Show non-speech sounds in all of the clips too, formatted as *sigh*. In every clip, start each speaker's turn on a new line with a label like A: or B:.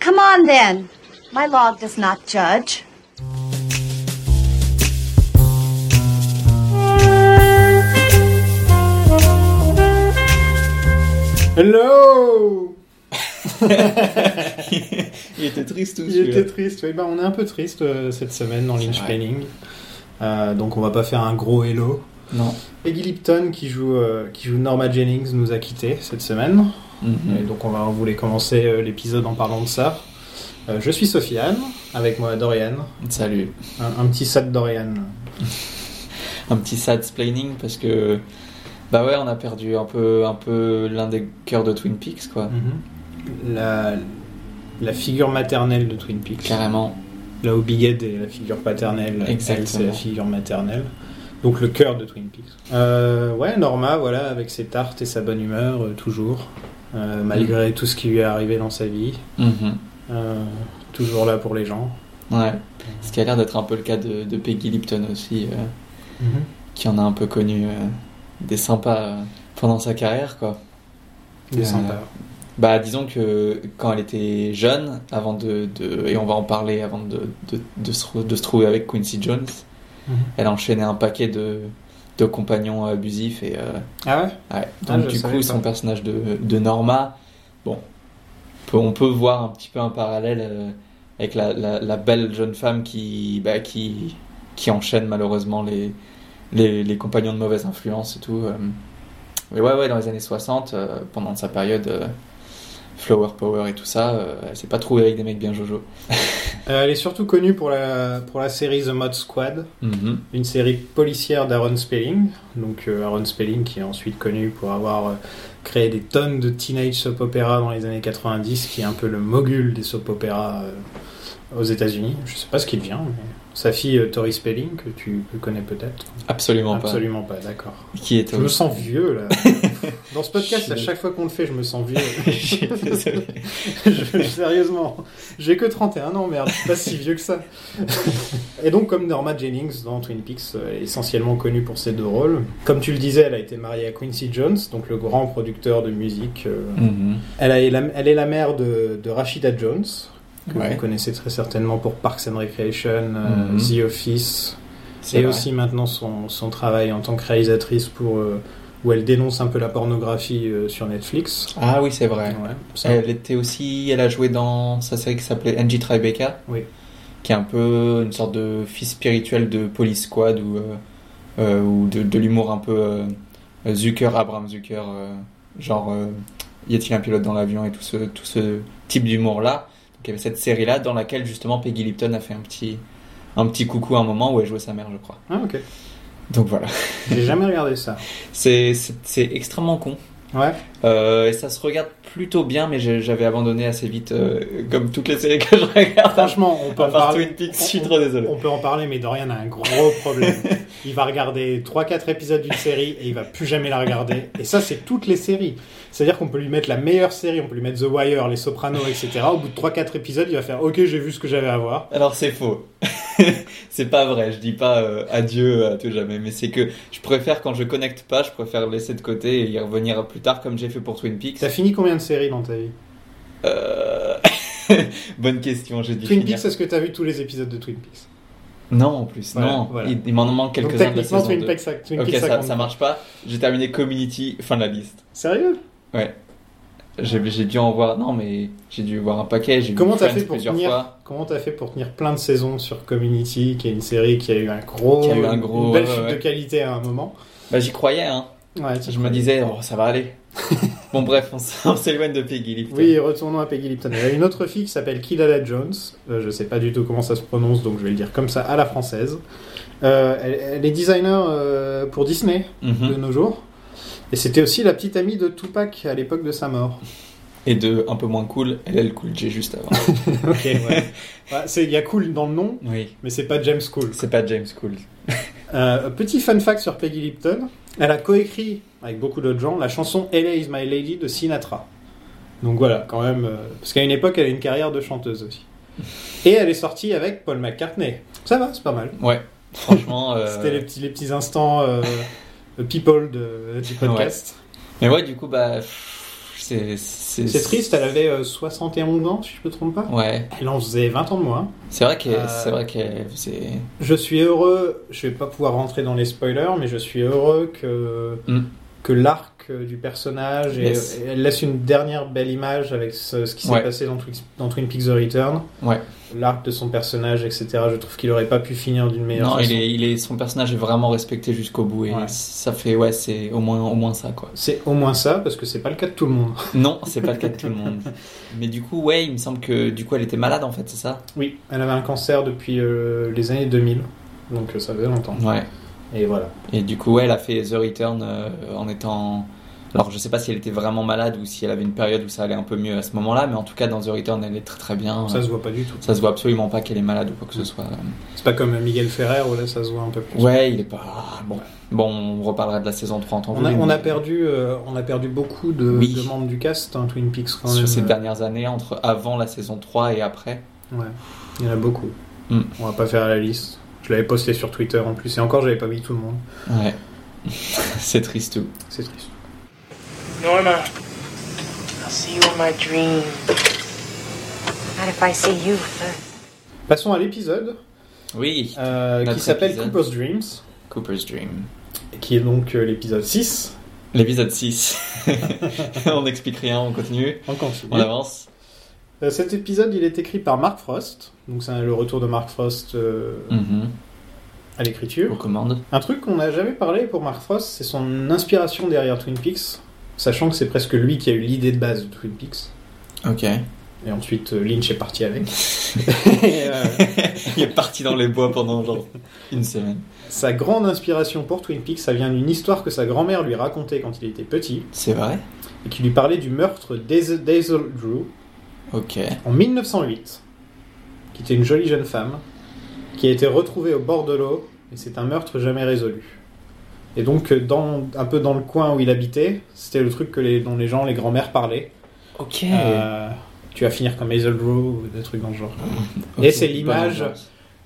A: Come on then. My log does not judge.
B: Hello
C: Il était triste tout
B: Il était triste. Oui, bah, on est un peu triste euh, cette semaine dans Lynch
C: vrai.
B: Planning. Euh, donc on va pas faire un gros hello.
C: Non.
B: Peggy Lipton qui joue, euh, qui joue Norma Jennings nous a quittés cette semaine.
C: Mm-hmm. Mm.
B: Et donc on va on voulait commencer euh, l'épisode en parlant de ça. Euh, je suis Sofiane, avec moi Dorian.
C: Salut.
B: Un, un petit sad Dorian.
C: Un petit sad splaining parce que bah ouais, on a perdu un peu un peu l'un des cœurs de Twin Peaks quoi. Mm.
B: La, la figure maternelle de Twin Peaks.
C: Carrément.
B: Là où Big Ed est la figure paternelle, elle, c'est
C: Exactement.
B: la figure maternelle. Donc le cœur de Twin Peaks. Euh, ouais, Norma, voilà, avec ses tartes et sa bonne humeur, euh, toujours. Euh, malgré tout ce qui lui est arrivé dans sa vie.
C: Mhm.
B: Euh, toujours là pour les gens.
C: Ouais. Ce qui a l'air d'être un peu le cas de, de Peggy Lipton aussi, euh, qui en a un peu connu euh, des sympas euh, pendant sa carrière quoi.
B: Il est
C: Euh,
B: sympa.
C: Bah, disons que quand elle était jeune, avant de, de- et on va en parler avant de, de, de se, re- de se trouver avec Quincy Jones,
B: Mhm.
C: elle enchaînait un paquet de, de compagnons abusifs et euh,
B: Ah ouais
C: ouais.
B: Ah,
C: donc
B: je
C: du
B: savais
C: coup
B: pas.
C: son personnage de, de Norma, bon, peut- on peut voir un petit peu un parallèle euh, avec la, la, la belle jeune femme qui, bah, qui, qui enchaîne malheureusement les, les, les compagnons de mauvaise influence et tout. euh. Mais ouais, ouais, dans les années 60, euh, pendant sa période euh, Flower Power et tout ça, euh, elle s'est pas trouvée avec des mecs bien Jojo.
B: Euh, elle est surtout connue pour la, pour la série The Mod Squad,
C: Mhm.
B: une série policière d'Aaron Spelling. Donc euh, Aaron Spelling qui est ensuite connu pour avoir euh, créé des tonnes de teenage soap opéra dans les années 90, qui est un peu le mogul des soap opéra euh, aux États-Unis. Je sais pas ce qu'il vient. mais- Sa fille euh, Tori Spelling, que tu que connais peut-être.
C: Absolument,
B: Absolument pas, d'accord.
C: pas. Qui est
B: Je me sens vieux là. Dans ce podcast,
C: Je-
B: à chaque fois qu'on le fait, *laughs* je me sens vieux.
C: Je suis désolé.
B: Je- *laughs* sérieusement, j'ai que 31 ans, merde, je suis pas si vieux que ça. Et donc, comme Norma Jennings dans Twin Peaks, euh, elle est essentiellement connue pour ses deux rôles. Comme tu le disais, elle a été mariée à Quincy Jones, donc le grand producteur de musique. euh.
C: Mhm.
B: Elle, a- elle a- elle est la mère de, de Rashida Jones, que
C: Ouais.
B: vous connaissez très certainement pour Parks and Recreation, euh,
C: Mhm.
B: The Office,
C: C'est
B: et
C: vrai.
B: aussi maintenant son, son travail en tant que réalisatrice pour euh, où elle dénonce un peu la pornographie euh, sur Netflix.
C: Ah oui, c'est vrai.
B: Ouais, ça-
C: Elle était aussi, elle a joué dans sa série qui s'appelait Angie Tribeca,
B: Oui.
C: qui est un peu une sorte de fils spirituel de Police Squad ou, euh, euh, ou de, de l'humour un peu euh, Zucker, Abraham Zucker, euh, genre euh, y a-t-il un pilote dans l'avion et tout ce, tout ce type d'humour là. Donc il y avait cette série là dans laquelle justement Peggy Lipton a fait un petit, un petit coucou à un moment où elle jouait sa mère, je crois.
B: Ah, ok.
C: Donc voilà,
B: J'ai jamais regardé ça.
C: c'est c'est- c'est extrêmement con.
B: Ouais.
C: Euh, et ça se regarde plutôt bien, mais j'ai- j'avais abandonné assez vite, euh, comme toutes les séries que je regarde. À
B: Franchement, on peut en
C: part
B: parler.
C: Twin Peaks, je suis
B: on-
C: trop désolé.
B: On peut en parler, mais Dorian a un gros problème. Il va regarder 3-4 épisodes d'une série et il va plus jamais la regarder. Et ça, c'est toutes les séries. C'est-à-dire qu'on peut lui mettre la meilleure série, on peut lui mettre The Wire, Les Sopranos, etc. Au bout de 3-4 épisodes, il va faire Ok, j'ai vu ce que j'avais à voir.
C: Alors c'est faux. *laughs* c'est pas vrai, je dis pas euh, adieu à tout jamais, mais c'est que je préfère quand je connecte pas, je préfère le laisser de côté et y revenir plus tard comme j'ai fait pour Twin Peaks.
B: T'as fini combien de séries dans ta vie
C: Euh, Bonne question, j'ai dû
B: Twin
C: finir.
B: Peaks, est-ce que t'as vu tous les épisodes de Twin Peaks
C: Non en plus,
B: Voilà,
C: non.
B: voilà.
C: Il, il m'en
B: Donc
C: manque quelques-uns de la
B: techniquement,
C: saison
B: Twin
C: 2.
B: Peaks, ça, Twin
C: Ok,
B: Peaks,
C: ça,
B: compte
C: ça
B: pas.
C: marche pas. J'ai terminé Community, fin de la liste.
B: Sérieux
C: J'ai j'ai dû en voir, non mais j'ai dû voir un paquet, j'ai vu
B: Comment t'as
C: Friends
B: fait pour
C: plusieurs
B: tenir
C: fois.
B: Comment t'as fait pour tenir plein de saisons sur Community, qui est une série qui a eu un gros,
C: Qui a eu un gros,
B: une belle
C: ouais,
B: chute
C: ouais.
B: de qualité à un moment
C: Bah j'y croyais, hein.
B: Ouais,
C: je me disais, oh ça va aller. *laughs* bon bref, on s- *laughs* on s'éloigne de Peggy Lipton.
B: Oui, retournons à Peggy Lipton. Elle a une autre fille qui s'appelle Kidala Jones. Euh, je sais pas du tout comment ça se prononce, donc je vais le dire comme ça à la française. Euh, elle, elle est designer euh, pour Disney
C: Mhm.
B: de nos jours. Et c'était aussi la petite amie de Tupac à l'époque de sa mort.
C: Et de un peu moins cool, LL Cool J
B: *laughs*
C: juste avant.
B: Ok, ouais. *laughs* Ouais, c'est- Il y a cool dans le nom,
C: oui,
B: mais c'est pas James Cool.
C: c'est pas James Cool.
B: Euh, petit fun fact sur Peggy Lipton. Elle a coécrit, avec beaucoup d'autres gens, la chanson LA is my lady de Sinatra. Donc voilà, quand même. euh, parce qu'à une époque, elle a une carrière de chanteuse aussi. Et elle est sortie avec Paul McCartney. Ça va, c'est pas mal.
C: Ouais,
B: *laughs*
C: franchement. euh,
B: C'était les petits, les petits instants euh, people de, du podcast.
C: Mais ouais, du coup, bah pff, C'est c'est-
B: C'est triste, elle avait euh, 71 ans, si je ne me trompe pas.
C: Ouais,
B: Elle en faisait 20 ans de moins.
C: c'est vrai que
B: Euh,
C: c'est vrai que c'est
B: Je suis heureux, je vais pas pouvoir rentrer dans les spoilers, mais je suis heureux que,
C: Mm.
B: que l'arc euh, du personnage, et-
C: Yes.
B: et elle laisse une dernière belle image avec ce, ce qui s'est
C: Ouais.
B: passé dans, Twix- dans Twin Peaks The Return.
C: Ouais.
B: L'arc de son personnage, etc. Je trouve qu'il aurait pas pu finir d'une meilleure
C: non,
B: façon.
C: il est, il est son personnage est vraiment respecté jusqu'au bout et
B: Ouais.
C: ça fait ouais, c'est au moins au moins ça quoi.
B: C'est au moins ça, parce que c'est pas le cas de tout le
C: *laughs*
B: monde.
C: Non, c'est pas le cas de tout
B: *laughs*
C: le monde. Mais du coup, ouais, il me semble que du coup elle était malade en fait, c'est ça
B: Oui, elle avait un cancer depuis euh, les années 2000, donc euh, ça faisait longtemps.
C: Ouais.
B: Et voilà.
C: Et du coup, ouais, elle a fait The Return euh, en étant. Alors, je sais pas si elle était vraiment malade ou si elle avait une période où ça allait un peu mieux à ce moment-là, mais en tout cas, dans The Return, elle est très très bien.
B: Ça se voit pas du tout.
C: Ça se voit absolument pas qu'elle est malade ou quoi que ce soit.
B: C'est pas comme Miguel Ferrer où là ça se voit un peu plus.
C: Ouais, il est pas. Ah, Bon, bon on reparlera de la saison 3 en temps
B: On a,
C: voulu,
B: on a
C: mais
B: perdu, euh, on a perdu beaucoup de,
C: Oui.
B: de membres du cast, hein, Twin Peaks quand même.
C: Sur ces dernières années, entre avant la saison 3 et après.
B: Ouais, il y en a beaucoup.
C: Mm.
B: On va pas faire la liste. Je l'avais posté sur Twitter en plus, et encore j'avais pas mis tout le monde.
C: Ouais. *laughs* c'est triste tout.
B: C'est triste.
D: Norma, I'll see you in my dreams.
A: Not if I see you first.
B: Passons à l'épisode
C: Oui,
B: euh,
C: Notre
B: qui s'appelle
C: épisode.
B: Cooper's Dreams,
C: Cooper's Dream.
B: et qui est donc euh, l'épisode 6.
C: L'épisode 6. *laughs* on n'explique rien, on continue,
B: On continue.
C: on avance.
B: Euh, Cet épisode, il est écrit par Mark Frost, donc c'est le retour de Mark Frost euh,
C: Mhm.
B: à l'écriture.
C: Aux commandes.
B: Un truc qu'on n'a jamais parlé pour Mark Frost, c'est son inspiration derrière Twin Peaks, sachant que c'est presque lui qui a eu l'idée de base de Twin Peaks.
C: Ok.
B: Et ensuite, euh, Lynch est parti avec. *laughs* Et, euh,
C: *laughs* Il est parti dans les bois pendant genre une semaine.
B: *laughs* sa grande inspiration pour Twin Peaks, ça vient d'une histoire que sa grand-mère lui racontait quand il était petit,
C: C'est vrai
B: et qui lui parlait du meurtre d'Az- d'Hazel Drew
C: Ok.
B: en 1908, qui était une jolie jeune femme, qui a été retrouvée au bord de l'eau, et c'est un meurtre jamais résolu. Et donc, euh, dans, un peu dans le coin où il habitait, c'était le truc que les, dont les gens, les grands-mères parlaient.
C: Ok.
B: Euh, tu vas finir comme Hazel Drew, ou des trucs dans le genre. et c'est l'image.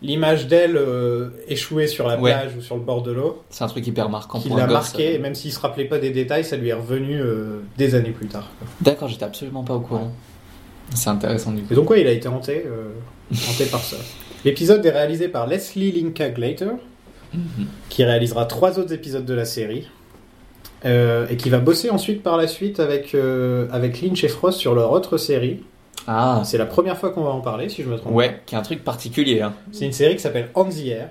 B: L'image d'elle euh, échouée sur la
C: Ouais.
B: plage ou sur le bord de l'eau,
C: C'est un truc hyper marquant
B: qui
C: pour un
B: l'a
C: gosse. euh,
B: marqué, et même s'il se rappelait pas des détails, ça lui est revenu euh, des années plus tard. quoi.
C: D'accord, j'étais absolument pas au courant. C'est intéressant du coup.
B: Et donc, ouais, il a été hanté, euh, hanté par
C: *laughs*
B: ça. L'épisode est réalisé par Leslie Linka-Glater,
C: Mhm.
B: qui réalisera trois autres épisodes de la série, euh, et qui va bosser ensuite par la suite avec, euh, avec Lynch et Frost sur leur autre série.
C: Ah,
B: C'est la première fois qu'on va en parler, si je me trompe.
C: ouais, qui est un truc particulier. hein.
B: C'est une série qui s'appelle On the Air.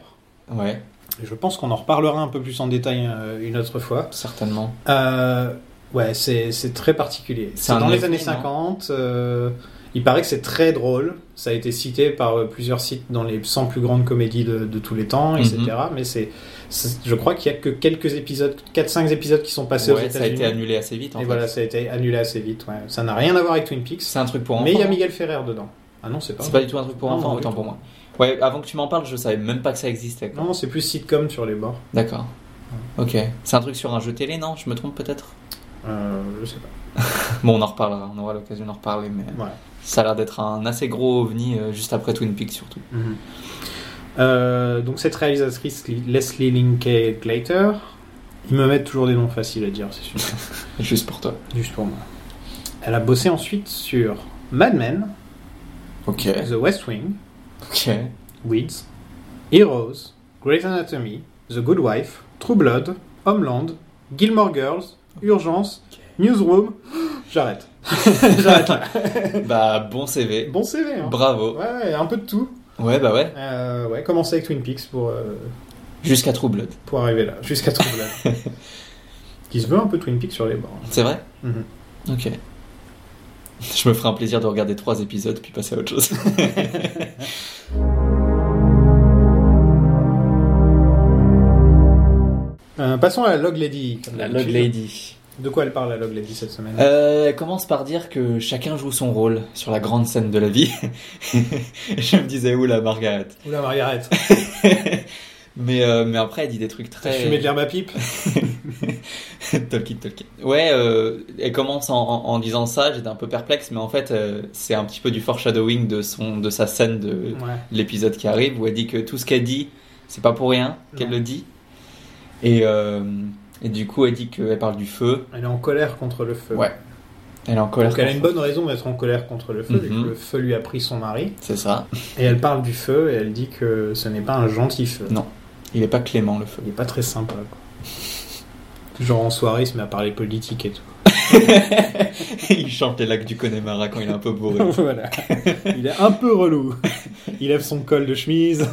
C: Ouais,
B: et Je pense qu'on en reparlera un peu plus en détail euh, une autre fois.
C: certainement.
B: Euh, ouais, c'est c'est très particulier.
C: C'est
B: C'est
C: un
B: dans les
C: ovni,
B: années
C: non
B: 50. euh, il paraît que c'est très drôle. Ça a été cité par euh, plusieurs sites dans les 100 plus grandes comédies de, de tous les temps, etc.
C: Mhm.
B: Mais c'est, c'est- je crois qu'il y a que quelques épisodes, 4-5 épisodes qui sont passés Ah, aux
C: Ouais, ça a
B: États-Unis.
C: été annulé assez vite en
B: Et
C: fait.
B: voilà, ça a été annulé assez vite. ouais. Ça n'a rien à voir avec Twin Peaks.
C: C'est un truc pour enfants.
B: Mais il y a Miguel Ferrer dedans. Ah non, c'est pas.
C: C'est pas du tout un truc pour
B: Non,
C: enfants,
B: non,
C: autant
B: du
C: pour moi. Ouais, avant que tu m'en parles, je savais même pas que ça existait. quoi.
B: Non, c'est plus sitcom sur les bords.
C: D'accord. Ok. C'est un truc sur un jeu télé, non Je me trompe peut-être
B: Euh, je sais pas.
C: Bon, on en reparlera, on aura l'occasion d'en reparler, mais
B: Ouais.
C: ça a l'air d'être un assez gros ovni euh, juste après Twin Peaks surtout.
B: Mhm. Euh, donc cette réalisatrice Li- Leslie Linkey Glater, ils me mettent toujours des noms faciles à dire, c'est sûr.
C: Juste pour toi.
B: Juste pour moi. Elle a bossé ensuite sur Mad Men,
C: Ok.
B: The West Wing,
C: Ok.
B: Weeds, Heroes, Grey's Anatomy, The Good Wife, True Blood, Homeland, Gilmore Girls, Urgence, Newsroom. *gasps* J'arrête. *laughs* J'arrête là.
C: bah, bon CV.
B: Bon CV. Hein.
C: Bravo.
B: Ouais, ouais, un peu de tout.
C: Ouais, bah ouais.
B: Euh, ouais, commencer avec Twin Peaks pour. euh,
C: Jusqu'à True Blood.
B: pour arriver là, jusqu'à True Blood.
C: *laughs*
B: qui se veut un peu Twin Peaks sur les bords.
C: C'est vrai
B: Mhm.
C: Ok. Je me ferai un plaisir de regarder trois épisodes puis passer à
B: *laughs*
C: autre chose.
B: Euh, passons à la Log Lady. comme d'habitude.
C: Lady.
B: De quoi elle parle la Log Lady cette semaine
C: Euh, elle commence par dire que chacun joue son rôle sur la grande scène de la vie. *laughs* Je me disais, oula, Margaret. *laughs*
B: Oula Margaret,
C: mais, euh, mais après, elle dit des trucs
B: t'as
C: très.
B: fumé de l'herbe à pipe
C: *laughs* Talkie, talkie. Ouais, euh, elle commence en, en- en disant ça, j'étais un peu perplexe, mais en fait, euh, c'est un petit peu du foreshadowing de, son, de sa scène de
B: Ouais.
C: l'épisode qui arrive, où elle dit que tout ce qu'elle dit, c'est pas pour rien qu'elle
B: Non.
C: le dit. Et, euh, et du coup, elle dit qu'elle parle du feu.
B: Elle est en colère contre le feu.
C: Ouais. Elle est en colère.
B: Donc elle a une
C: contre-
B: bonne raison d'être en colère contre le feu, vu
C: Mhm.
B: que le feu lui a pris son mari.
C: C'est ça.
B: Et elle parle du feu et elle dit que ce n'est pas un gentil feu.
C: Non. Il est pas clément le feu. *laughs*
B: Il n'est pas très sympa. quoi. Genre en soirée, il se met à parler politique et tout.
C: il chante les lacs du Connemara quand il est un
B: *laughs*
C: peu bourré.
B: voilà. Il est un peu relou. Il lève son col de chemise.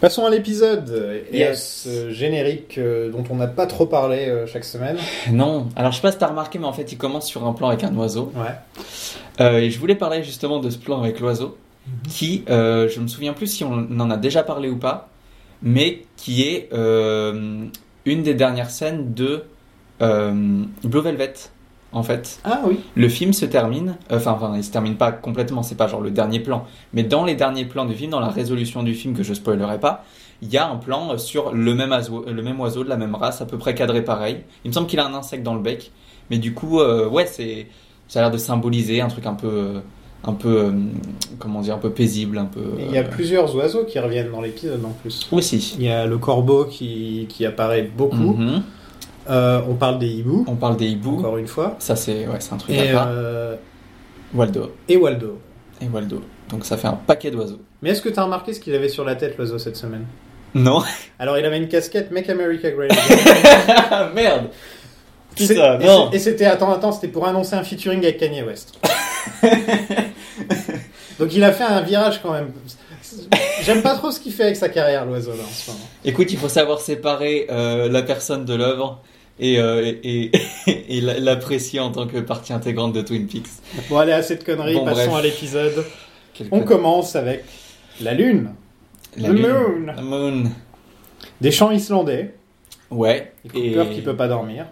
B: Passons à l'épisode et à
C: Yes.
B: ce générique euh, dont on n'a pas trop parlé euh, chaque semaine.
C: non. Alors je sais pas si t'as remarqué, mais en fait il commence sur un plan avec un oiseau.
B: Ouais.
C: Euh, et je voulais parler justement de ce plan avec l'oiseau, qui, euh, je me souviens plus si on en a déjà parlé ou pas, mais qui est euh, une des dernières scènes de euh, Blue Velvet, en fait.
B: Ah oui.
C: Le film se termine, euh, enfin, enfin, il se termine pas complètement, c'est pas genre le dernier plan, mais dans les derniers plans du film, dans la résolution du film que je spoilerai pas, il y a un plan euh, sur le même, oiseau, le même oiseau de la même race, à peu près cadré pareil. Il me semble qu'il a un insecte dans le bec, mais du coup, euh, ouais, c'est, ça a l'air de symboliser un truc un peu, euh, un peu, euh, comment dire, un peu paisible, un peu.
B: Il y a
C: euh,
B: plusieurs oiseaux qui reviennent dans l'épisode en plus.
C: Aussi.
B: Il y a le corbeau qui, qui apparaît beaucoup.
C: Mhm.
B: Euh, on parle des hiboux,
C: On parle des hiboux.
B: encore une fois.
C: Ça, c'est, ouais, c'est un truc
B: Et,
C: à part.
B: euh,
C: Waldo.
B: et Waldo.
C: Et Waldo. Donc ça fait un paquet d'oiseaux.
B: Mais est-ce que tu as remarqué ce qu'il avait sur la tête, l'oiseau, cette semaine
C: Non.
B: Alors, il avait une casquette Make America Great Again.
C: Ah, Merde.
B: C'est-
C: *laughs* Putain,
B: et
C: non.
B: c'est- Et c'était, attends, attends, c'était pour annoncer un featuring avec Kanye
C: *laughs*
B: West. Donc, il a fait un virage quand même. J'aime pas trop ce qu'il fait avec sa carrière, l'oiseau, là, en ce moment.
C: Écoute, il faut savoir séparer euh, la personne de l'œuvre et, euh, et, et- *laughs* et l'a- l'apprécier en tant que partie intégrante de Twin Peaks.
B: Bon, allez, assez de conneries,
C: Bon,
B: passons
C: bref.
B: à l'épisode.
C: Quel
B: On
C: con-
B: commence avec la lune.
C: la
B: The
C: lune.
B: moon.
C: La moon.
B: Des chants islandais.
C: Ouais.
B: Et
C: Et-
B: Cooper qui peut pas dormir.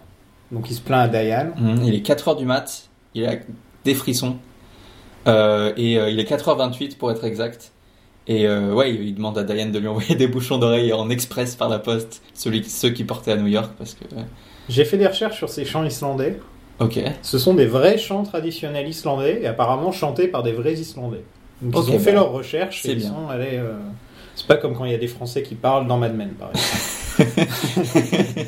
B: Donc il se plaint à Diane.
C: Mhm, il est 4h du mat. Il a des frissons. Euh, et euh, il est 4h28 pour être exact. Et euh, ouais, il, il demande à Diane de lui envoyer *laughs* des bouchons d'oreilles en express par la poste. Celui, ceux qui portaient à New York parce que... ouais.
B: J'ai fait des recherches sur ces chants islandais.
C: Ok.
B: Ce sont des vrais chants traditionnels islandais et apparemment chantés par des vrais Islandais. Donc
C: Ok,
B: ils ont fait
C: bon.
B: leurs recherches et
C: C'est
B: ils
C: bien.
B: sont allés. euh, C'est pas comme quand il y a des Français qui parlent dans Mad Men, par exemple.
C: *laughs*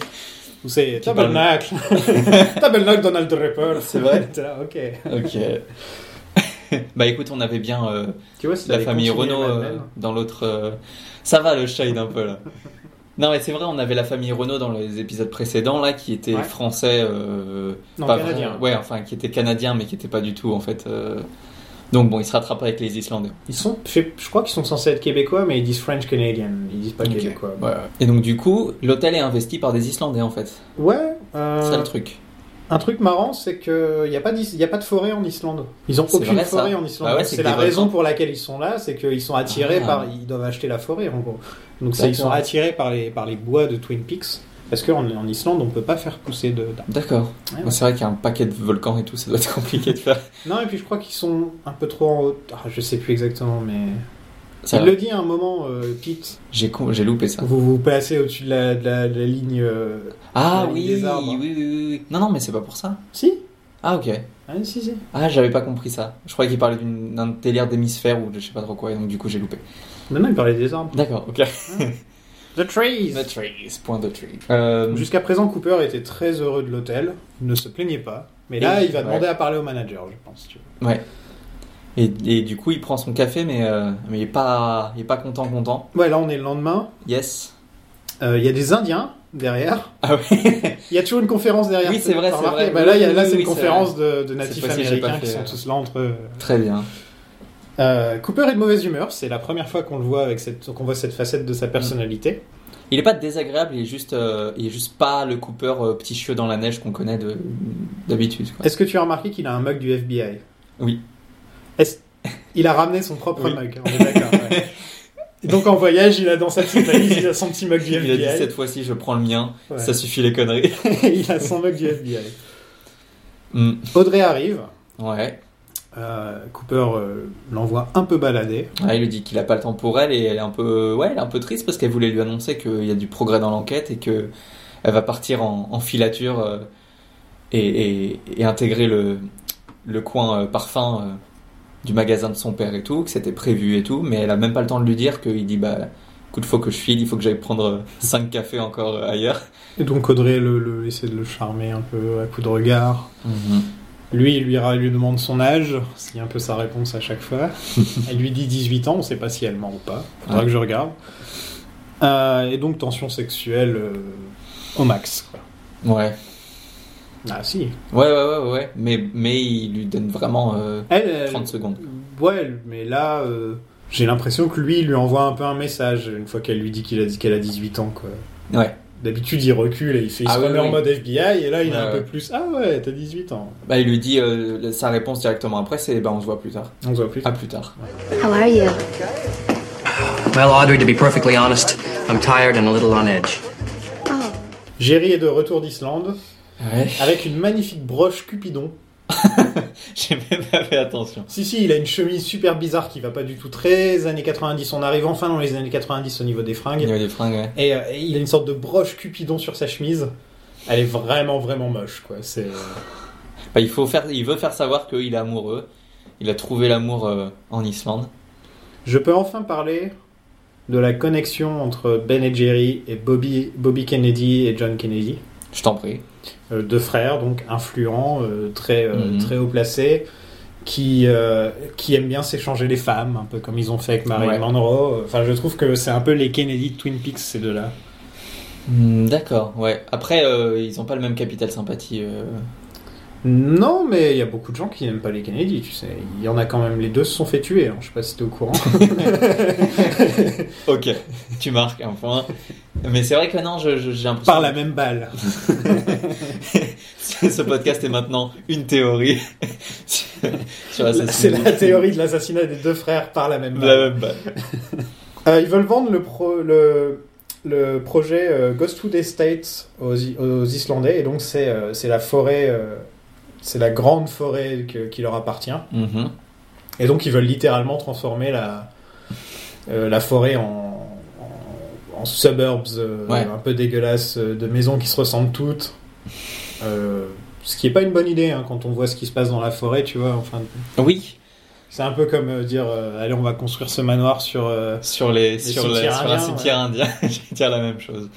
B: Ou c'est
C: Qui parlent-
B: Tabernacle *laughs* Tabernacle Donald Draper
C: C'est
B: *laughs*
C: vrai.
B: T'es là, ok.
C: Ok. *laughs* bah écoute, on avait bien euh,
B: Tu vois, si
C: la
B: t'avais
C: famille
B: continué
C: Renault
B: Mad
C: euh,
B: Men,
C: dans l'autre. euh, Ça va le shade
B: *laughs*
C: un peu là. Non mais c'est vrai, on avait la famille Renault dans les épisodes précédents là, qui était
B: Ouais.
C: français, euh,
B: Non,
C: pas
B: canadien.
C: vrai- ouais, enfin qui était canadien mais qui était pas du tout en fait. euh, Donc bon, il se rattrape avec les Islandais.
B: Ils sont, je, sais- je crois qu'ils sont censés être québécois, mais ils disent French Canadian. Ils disent pas
C: Ok.
B: québécois.
C: euh, Ouais, ouais. Et donc du coup, l'hôtel est investi par des Islandais en fait.
B: Ouais. euh,
C: C'est ça le truc.
B: Un truc marrant, c'est qu'il n'y a, pas d'is- y a pas de forêt en Islande. Ils ont
C: C'est
B: aucune
C: vrai, ça.
B: forêt en Islande.
C: Bah ouais, c'est
B: c'est
C: que
B: la
C: des volcans.
B: raison pour laquelle ils sont là, c'est qu'ils sont attirés
C: Ah.
B: par. Ils doivent acheter la forêt en gros. Donc c'est- ils sont
C: D'accord.
B: attirés par les, par les bois de Twin Peaks. Parce qu'en en Islande, on peut pas faire pousser de d'arbres.
C: D'accord.
B: Ouais,
C: Bon,
B: ouais.
C: C'est vrai qu'il y a un paquet de volcans et tout, ça doit être *laughs* compliqué de faire.
B: Non, et puis je crois qu'ils sont un peu trop en haut. Ah, je sais plus exactement, mais.
C: Ça
B: Il
C: va.
B: le dit à un moment, euh, Pete,
C: J'ai con- j'ai loupé ça.
B: vous vous passez au-dessus de la, de la- de la ligne. euh,
C: Ah
B: La ligne
C: oui,
B: des arbres.
C: oui, oui, oui, oui. Non, non, mais c'est pas pour ça.
B: Si
C: Ah ok.
B: Ah, si, si.
C: Ah, j'avais pas compris ça. Je croyais qu'il parlait d'une- d'un délire d'hémisphère ou de je sais pas trop quoi, et donc du coup j'ai loupé.
B: Non, non, il parlait des arbres.
C: D'accord, ok.
B: The trees
C: The trees, point de tree. Euh,
B: Jusqu'à présent, Cooper était très heureux de l'hôtel, il ne se plaignait pas. Mais là,
C: Et-
B: il va
C: ouais.
B: demander à parler au manager, je pense. tu vois.
C: et, et du coup il prend son café, mais, euh, mais il, est pas, il est pas content, content.
B: Ouais, là, on est le lendemain.
C: Yes.
B: Euh, Il y a des Indiens derrière.
C: Ah ouais.
B: Il y a toujours une conférence derrière.
C: Oui, c'est vrai,
B: T'as
C: c'est
B: remarqué
C: vrai.
B: Bah, là, il y a-
C: Oui,
B: là,
C: oui,
B: c'est
C: oui,
B: une
C: c'est
B: conférence de, de
C: Cette
B: natifs
C: fois-ci, j'ai pas
B: américains qui
C: fait,
B: sont
C: euh,
B: tous là entre. eux.
C: *laughs* Très bien.
B: Euh, Cooper est de mauvaise humeur. C'est la première fois qu'on le voit avec cette, qu'on voit cette facette de sa personnalité.
C: Il est pas désagréable, il est juste, euh, il est juste pas le coupeur euh, petit chieux dans la neige qu'on connaît de- d'habitude. quoi.
B: Est-ce que tu as remarqué qu'il a un mug du FBI
C: Oui.
B: Est-ce- Il a ramené son propre
C: Oui.
B: mug. hein, On est d'accord.
C: *laughs*
B: ouais. Et Donc en voyage, il a dans sa petite valise, il a son petit mug du
C: Il a
B: FBI.
C: dit cette fois-ci je prends le mien,
B: Ouais.
C: ça suffit les conneries.
B: *laughs*
C: *laughs*
B: il a son mug du FBI.
C: Hmm,
B: Audrey arrive.
C: Ouais.
B: euh, Cooper euh, l'envoie un peu balader.
C: Ouais, il lui dit qu'il a pas le temps pour elle et elle est un peu, ouais, elle est un peu triste parce qu'elle voulait lui annoncer qu'il y a du progrès dans l'enquête et que elle va partir en, en filature euh, et, et- et intégrer le, le coin euh, parfum euh, du magasin de son père et tout, que c'était prévu et tout, mais elle a même pas le temps de lui dire qu'il dit bah coup de faut que je file, il faut que j'aille prendre 5 cafés encore euh, ailleurs.
B: Et donc Audrey le, le- essaie de le charmer un peu à coups de regard. Lui, il lui, ra- lui demande son âge, c'est un peu sa réponse à chaque
C: *laughs*
B: fois. elle lui dit 18 ans, on sait pas si elle ment ou pas. Faudra
C: Ouais.
B: que je regarde. Euh, et donc tension sexuelle euh, au max. quoi.
C: Ouais.
B: Ah si.
C: Ouais, ouais, ouais, ouais, ouais. Mais, mais il lui donne vraiment euh,
B: Elle, elle-
C: 30 secondes.
B: Ouais, mais là, euh, j'ai l'impression que lui, il lui envoie un peu un message une fois qu'elle lui dit qu'il a dit qu'elle a 18 ans. quoi.
C: Ouais.
B: D'habitude, il recule et il, fait, il
C: Ah
B: se
C: oui,
B: remet
C: oui.
B: en mode FBI, et là, il est
C: Ouais,
B: un
C: ouais.
B: peu plus Ah ouais, t'as 18 ans.
C: Bah, il lui dit euh, sa réponse directement après, c'est bah, on se voit plus tard.
B: On se voit plus.
C: À plus tard.
A: How are you?
E: Well, Audrey, to be perfectly honest, I'm tired and a little on edge.
B: Jerry est de retour d'Islande
C: Ouais.
B: avec une magnifique broche Cupidon.
C: *laughs* J'ai même pas fait attention.
B: Si, si, il a une chemise super bizarre qui va pas du tout très années 90. On arrive enfin dans les années 90 au niveau des
C: Il y
B: fringues.
C: avait des fringues, ouais.
B: Et, euh, et il a une sorte de broche Cupidon sur sa chemise. Elle est vraiment, vraiment moche, quoi. C'est. euh,
C: Bah, il, faut faire, il veut faire savoir qu'il est amoureux. Il a trouvé l'amour euh, en Islande.
B: Je peux enfin parler de la connexion entre Ben et Jerry et Bobby, Bobby Kennedy et John Kennedy.
C: Je t'en prie.
B: Euh, deux frères, donc influents, euh, très, euh,
C: Mhm.
B: très haut placés, qui, euh, qui aiment bien s'échanger les femmes, un peu comme ils ont fait avec Marilyn
C: Ouais.
B: Monroe. Enfin, je trouve que c'est un peu les Kennedy de Twin Peaks, ces deux-là.
C: Hmm, D'accord, ouais. Après, euh, ils ont pas le même capital sympathie. euh.
B: Non, mais il y a beaucoup de gens qui n'aiment pas les Kennedy, tu sais. Il y en a quand même, les deux se sont fait tuer, hein. je sais pas si t'es au courant.
C: Ok, *laughs* tu marques un point. Mais c'est vrai que non, je- je- j'ai *laughs* l'impression.
B: Par la même balle.
C: Ce podcast est maintenant une théorie *laughs* sur sur l'assassinat.
B: C'est la théorie de l'assassinat des deux frères par la même
C: de
B: balle.
C: la même balle.
B: Euh, ils veulent vendre le, pro- le, le projet euh, Ghost to the States aux, I- aux Islandais, et donc c'est euh, c'est la forêt, euh, c'est la grande forêt que- qui leur appartient.
C: Mhm.
B: Et donc ils veulent littéralement transformer la, euh, la forêt en, en, en suburbs euh,
C: Ouais.
B: un peu dégueulasses, euh, de maisons qui se ressemblent toutes. Euh, ce qui est pas une bonne idée hein, quand on voit ce qui se passe dans la forêt, tu vois. Enfin,
C: Oui,
B: c'est un peu comme euh, dire euh, allez, on va construire ce manoir sur. euh,
C: sur les, sur, la-
B: cimetières
C: sur un
B: indiens,
C: cimetière indien, *laughs* j'allais dire la même chose.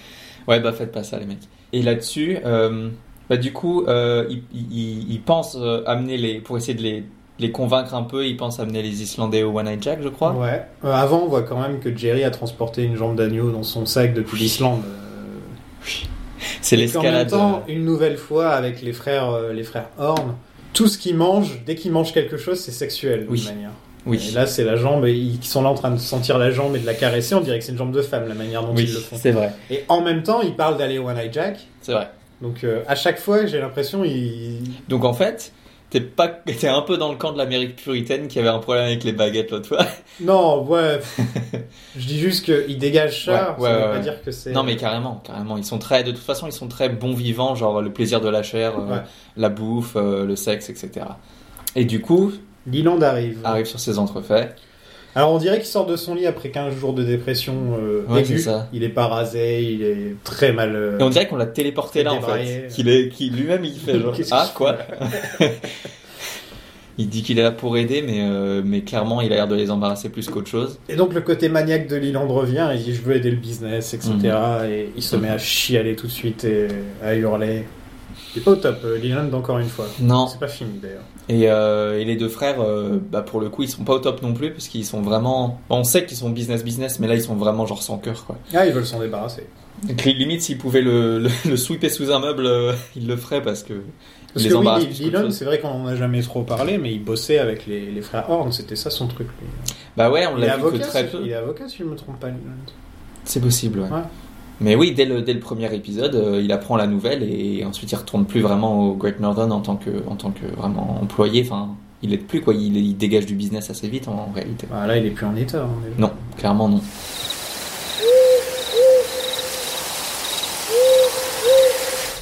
C: Ouais, bah faites pas ça les mecs. Et là-dessus, euh, bah du coup, euh, ils ils- ils pensent euh, amener les, pour essayer de les, les convaincre un peu, ils pensent amener les Islandais au One Eye Jack, je crois.
B: Ouais. Euh, avant, on voit quand même que Jerry a transporté une jambe d'agneau dans son sac depuis l'Islande. Euh,
C: C'est
B: et qu'en même
C: l'escalade. euh.
B: temps, une nouvelle fois, avec les frères, euh, les frères Horn, tout ce qu'ils mangent, dès qu'ils mangent quelque chose, c'est sexuel, de
C: Oui.
B: toute manière.
C: euh, Oui,
B: Et là, c'est la jambe, et ils sont là en train de sentir la jambe et de la caresser. On dirait que c'est une jambe de femme, la manière dont
C: oui,
B: ils le font.
C: c'est vrai,
B: Et en même temps, ils parlent d'aller au One Eye Jack.
C: c'est vrai.
B: Donc, euh, à chaque fois, j'ai l'impression, ils.
C: Donc en fait, t'es pas, *laughs* t'es un peu dans le camp de l'Amérique puritaine qui avait un problème avec les baguettes l'autre fois.
B: Non,
C: *laughs*
B: ouais. je dis juste qu'ils dégagent ça.
C: Ouais, ouais,
B: ça veut
C: ouais,
B: pas
C: ouais.
B: dire que c'est. euh,
C: Non mais carrément, carrément. Ils sont très, de toute façon, ils sont très bons vivants, genre le plaisir de la chair, euh,
B: Ouais.
C: la bouffe, euh, le sexe, etc. Et du coup,
B: L'Islande arrive.
C: arrive sur ces entrefaits.
B: Alors on dirait qu'il sort de son lit après 15 jours de dépression euh,
C: Ouais,
B: aiguë.
C: c'est ça.
B: Il est pas rasé, il est très mal. euh,
C: Et on dirait qu'on l'a téléporté
B: C'est
C: là en
B: débraillé.
C: fait. Qu'il est, qu'il lui-même il fait genre
B: euh. Qu'est-ce que
C: ah
B: je
C: quoi. *laughs* il dit qu'il est là pour aider, mais euh, mais clairement il a l'air de les embarrasser plus qu'autre chose.
B: Et donc le côté maniaque de Liland revient et il dit je veux aider le business, etc.
C: Mhm.
B: Et il se met à chialer tout de suite et à hurler. Il est pas au top, euh, Leland, encore une fois.
C: Non.
B: C'est pas fini d'ailleurs.
C: Et, euh, et les deux frères, euh, bah pour le coup, ils sont pas au top non plus parce qu'ils sont vraiment. bon, on sait qu'ils sont business business, mais là ils sont vraiment genre sans cœur quoi.
B: Ah, ils veulent s'en débarrasser.
C: Donc, li- limite, s'ils pouvaient le, le, le sweeper sous un meuble, euh, ils le feraient parce que.
B: Parce
C: Les
B: que
C: embarrasse
B: oui,
C: plus qu'autre
B: Leland,
C: chose.
B: c'est vrai qu'on en a jamais trop parlé, mais il bossait avec les, les frères Horn, c'était ça son truc. lui.
C: Bah ouais, on
B: Il est
C: l'a vu que
B: avocat,
C: très
B: si-
C: peu.
B: il est avocat si je me trompe pas, Leland.
C: C'est possible, ouais.
B: Ouais.
C: Mais oui, dès le, dès le premier épisode, euh, il apprend la nouvelle et ensuite il retourne plus vraiment au Great Northern en tant que, en tant que vraiment employé. Enfin, il est plus quoi, il, il dégage du business assez vite en, en réalité.
B: Bah, là, il est plus en état. hein, déjà.
C: Non, clairement non.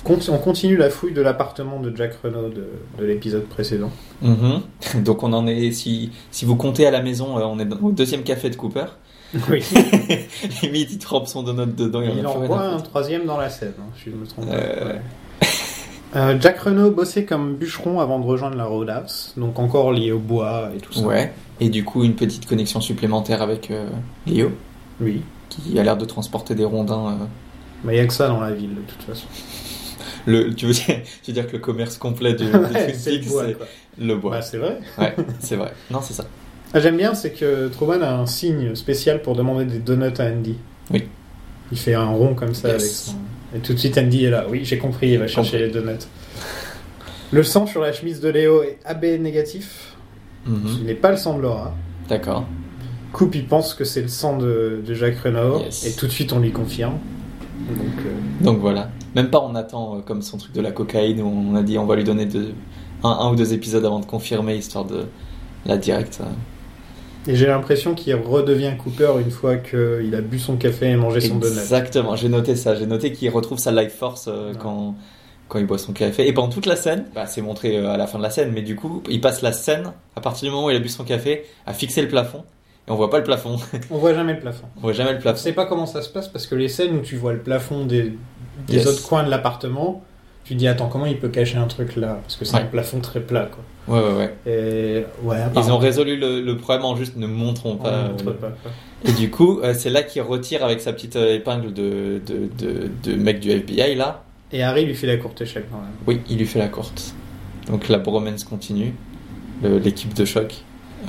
B: Conti- On continue la fouille de l'appartement de Jack Renault de, de l'épisode précédent.
C: Mhm. *laughs* Donc on en est, si, si vous comptez à la maison, euh, on est dans- au deuxième café de Cooper.
B: Oui.
C: *laughs* Limite, il trempe son donut dedans. en a
B: Il
C: plus
B: en
C: rien à
B: voit
C: foutre.
B: un troisième dans la scène, hein, si je me trompe. pas.
C: Euh,
B: Ouais. Euh, Jack Renault bossait comme bûcheron avant de rejoindre la Roadhouse, donc encore lié au bois et tout ça.
C: Ouais. Et du coup, une petite connexion supplémentaire avec euh, Léo.
B: Oui.
C: qui a l'air de transporter des rondins. euh,
B: Mais il n'y a que ça dans la ville, de toute façon.
C: Le, tu, veux dire, *laughs* tu veux dire que le commerce complet du, du
B: Ouais,
C: Twin
B: c'est le
C: Peaks,
B: bois,
C: c'est
B: quoi.
C: le bois.
B: Bah, c'est vrai.
C: Ouais, c'est vrai. Non, c'est ça.
B: Ah, J'aime bien, c'est que Truman a un signe spécial pour demander des donuts à Andy.
C: Oui.
B: Il fait un rond comme ça
C: Yes.
B: avec son... Et tout de suite, Andy est là. Oui, j'ai compris, il va
C: J'ai
B: chercher les donuts. Le sang sur la chemise de Léo est AB négatif. Ce
C: Mhm.
B: n'est pas le sang de Laura.
C: D'accord.
B: Coupe, il pense que c'est le sang de, de Jacques Renoir.
C: Yes.
B: Et tout de suite, on lui confirme. Donc, euh,
C: Donc voilà. Même pas on attend euh, comme son truc de la cocaïne où on a dit on va lui donner deux, un, un ou deux épisodes avant de confirmer histoire de la directe. euh.
B: Et j'ai l'impression qu'il redevient Cooper une fois qu'il a bu son café et mangé son donut.
C: Exactement. J'ai noté ça. J'ai noté qu'il retrouve sa life force euh,
B: Ouais.
C: quand quand il boit son café. Et pendant toute la scène, bah, c'est montré euh, à la fin de la scène, mais du coup il passe la scène à partir du moment où il a bu son café à fixer le plafond. Et on voit pas le plafond. *laughs*
B: On voit jamais le plafond.
C: on voit jamais le
B: Je
C: plafond.
B: Bah, sais pas comment ça se passe parce que les scènes où tu vois le plafond des, des
C: Yes.
B: autres coins de l'appartement, tu te dis attends comment il peut cacher un truc là parce que c'est un
C: Ouais.
B: plafond très plat quoi.
C: Ouais ouais ouais.
B: Et ouais,
C: Ils
B: apparemment,
C: ont résolu le, le problème en juste ne montrons
B: on
C: pas. euh,
B: montre pas, quoi.
C: Et du coup, euh, c'est là qu'il retire avec sa petite euh, épingle de, de, de, de mec du FBI là.
B: Et Harry lui fait la courte échelle quand même.
C: Oui, il lui fait la courte. Donc la bromance continue, le- l'équipe de choc.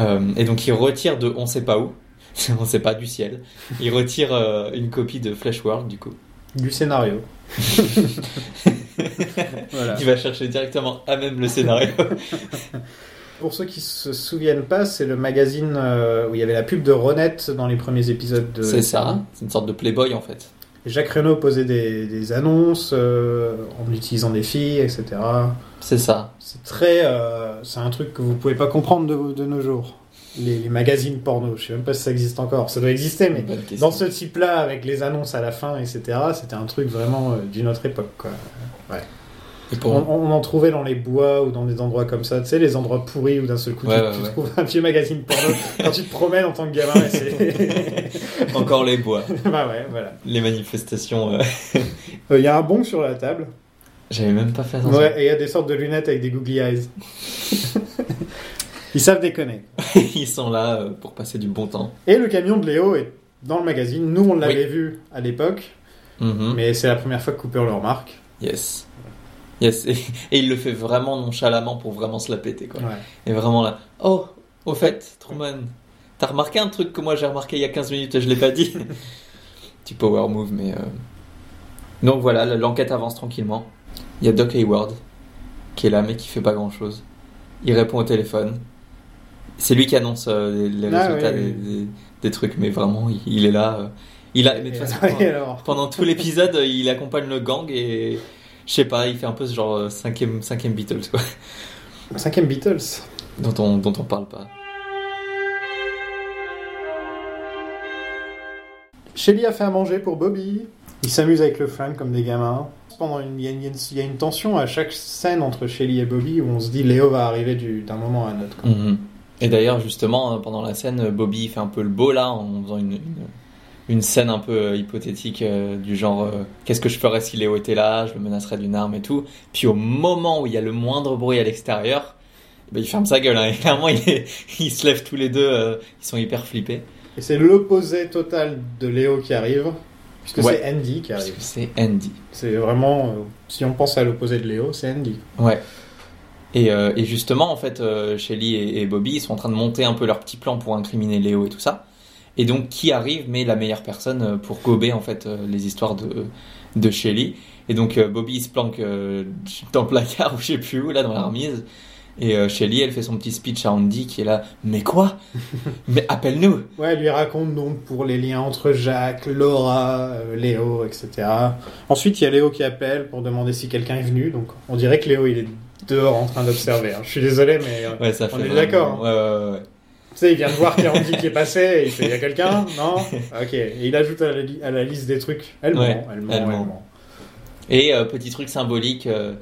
C: Euh, et donc il retire de on sait pas où, *laughs* on sait pas du ciel. Il retire euh, une copie de Flash
B: *laughs*
C: World du coup.
B: Du scénario. Voilà.
C: Il va chercher directement à même
B: *laughs*
C: le scénario.
B: Pour ceux qui se souviennent pas, c'est le magazine euh, où il y avait la pub de Ronette dans les premiers épisodes de.
C: c'est ça, c'est une sorte de Playboy en fait.
B: Jacques Reno posait des, des annonces euh, en utilisant des filles, etc.
C: C'est ça.
B: C'est très. euh, c'est un truc que vous pouvez pas comprendre de, de nos jours. Les, les magazines porno, je sais même pas si ça existe encore. Ça doit exister, mais
C: Bonne question.
B: dans ce type-là, avec les annonces à la fin, etc., c'était un truc vraiment euh, d'une autre époque. Quoi.
C: Et
B: On,
C: pour-
B: on en trouvait dans les bois ou dans des endroits comme ça, tu sais, les endroits pourris où d'un seul coup
C: Ouais,
B: tu,
C: ouais,
B: tu
C: ouais.
B: trouves un vieux magazine
C: *laughs*
B: porno quand tu te promènes en tant que gamin. et c'est-
C: *laughs* Encore les bois,
B: bah ouais, voilà.
C: les manifestations. euh, *laughs*
B: Euh, Il y a un bong sur la table.
C: J'avais même pas fait attention.
B: Ouais, et il y a des sortes de lunettes avec des googly eyes. *laughs* Ils savent déconner.
C: *laughs* Ils sont là euh, pour passer du bon temps.
B: Et le camion de Léo est dans le magazine. Nous, on l'avait vu à l'époque,
C: Mhm.
B: mais c'est la première fois que Cooper le remarque.
C: Yes. Yes. *laughs* Et, et il le fait vraiment nonchalamment pour vraiment se la péter. Quoi.
B: Ouais.
C: Et vraiment là. Oh, au fait, Truman, t'as remarqué un truc que moi j'ai remarqué il y a 15 minutes et je l'ai pas dit *laughs* Petit power move, mais. euh. Donc voilà, la- l'enquête avance tranquillement. Il y a Doc Hayward qui est là, mais qui fait pas grand chose. Il répond au téléphone. C'est lui qui annonce euh, les, les
B: Ah,
C: résultats
B: oui,
C: des,
B: oui.
C: des- des trucs, mais vraiment, il, il est là. euh. Il a. mais de
B: Et
C: toute façon,
B: alors- et alors
C: pendant tout l'épisode, euh, il accompagne le gang et je sais pas, il fait un peu ce genre euh, cinquième, cinquième Beatles quoi, *laughs*
B: Cinquième Beatles.
C: dont on, dont on parle pas.
B: Shelly a fait à manger pour Bobby. Ils s'amusent avec le flingue comme des gamins. Pendant une, il y, a une- il y a une tension à chaque scène entre Shelly et Bobby où on se dit Léo va arriver du- d'un moment à un autre. quoi.
C: Mhm. Et d'ailleurs, justement, euh, pendant la scène, euh, Bobby il fait un peu le beau là en faisant une, une, une scène un peu euh, hypothétique euh, du genre euh, qu'est-ce que je ferais si Léo était là, je le menacerais d'une arme et tout. Puis au moment où il y a le moindre bruit à l'extérieur, ben, il ferme sa gueule, hein, *laughs* et clairement il, est- il se lève tous les deux, euh, ils sont hyper flippés.
B: Et c'est l'opposé total de Léo qui arrive, puisque
C: Ouais.
B: c'est Andy qui
C: Parce
B: arrive.
C: que c'est Andy.
B: C'est vraiment. euh, si on pense à l'opposé de Léo, c'est Andy.
C: Ouais. Et, euh, et justement, en fait, euh, Shelly et, et Bobby, ils sont en train de monter un peu leur petit plan pour incriminer Léo et tout ça. Et donc, qui arrive, mais la meilleure personne euh, pour gober, en fait, euh, les histoires de, de Shelly. Et donc, euh, Bobby, il se planque euh, dans le placard, *laughs* ou je sais plus où, là, dans la remise. Et euh, Shelly, elle fait son petit speech à Andy qui est là, mais quoi Mais appelle-nous
B: Ouais, elle lui raconte donc pour les liens entre Jacques, Laura, euh, Léo, etc. Ensuite, il y a Léo qui appelle pour demander si quelqu'un est venu. Donc, on dirait que Léo, il est dehors en train d'observer. hein. Je suis désolé, mais euh,
C: Ouais, ça
B: On
C: fait
B: est
C: vraiment-
B: d'accord.
C: Ouais, ouais, ouais, ouais.
B: tu sais, il vient de voir qu'il y a Andy qui est passé. Et il fait, il y a quelqu'un Non Ok. Et il ajoute à la, li- à la liste des trucs. Elle
C: Ouais,
B: ment, elle ment,
C: elle
B: elle
C: ment.
B: ment.
C: Et euh, petit truc symbolique euh,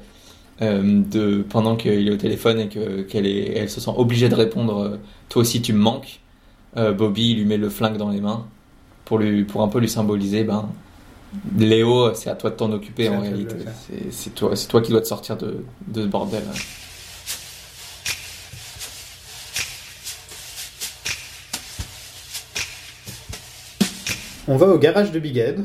C: euh, de pendant qu'il est au téléphone et que- qu'elle est, elle se sent obligée de répondre. euh, Toi aussi tu me manques. Euh, Bobby il lui met le flingue dans les mains pour lui, pour un peu lui symboliser. Ben, Léo, c'est à toi de t'en occuper
B: C'est à
C: en
B: toi de le
C: réalité.
B: faire.
C: C'est- C'est toi, c'est toi qui dois te sortir de, de ce bordel. hein.
B: On va au garage de Big Ed,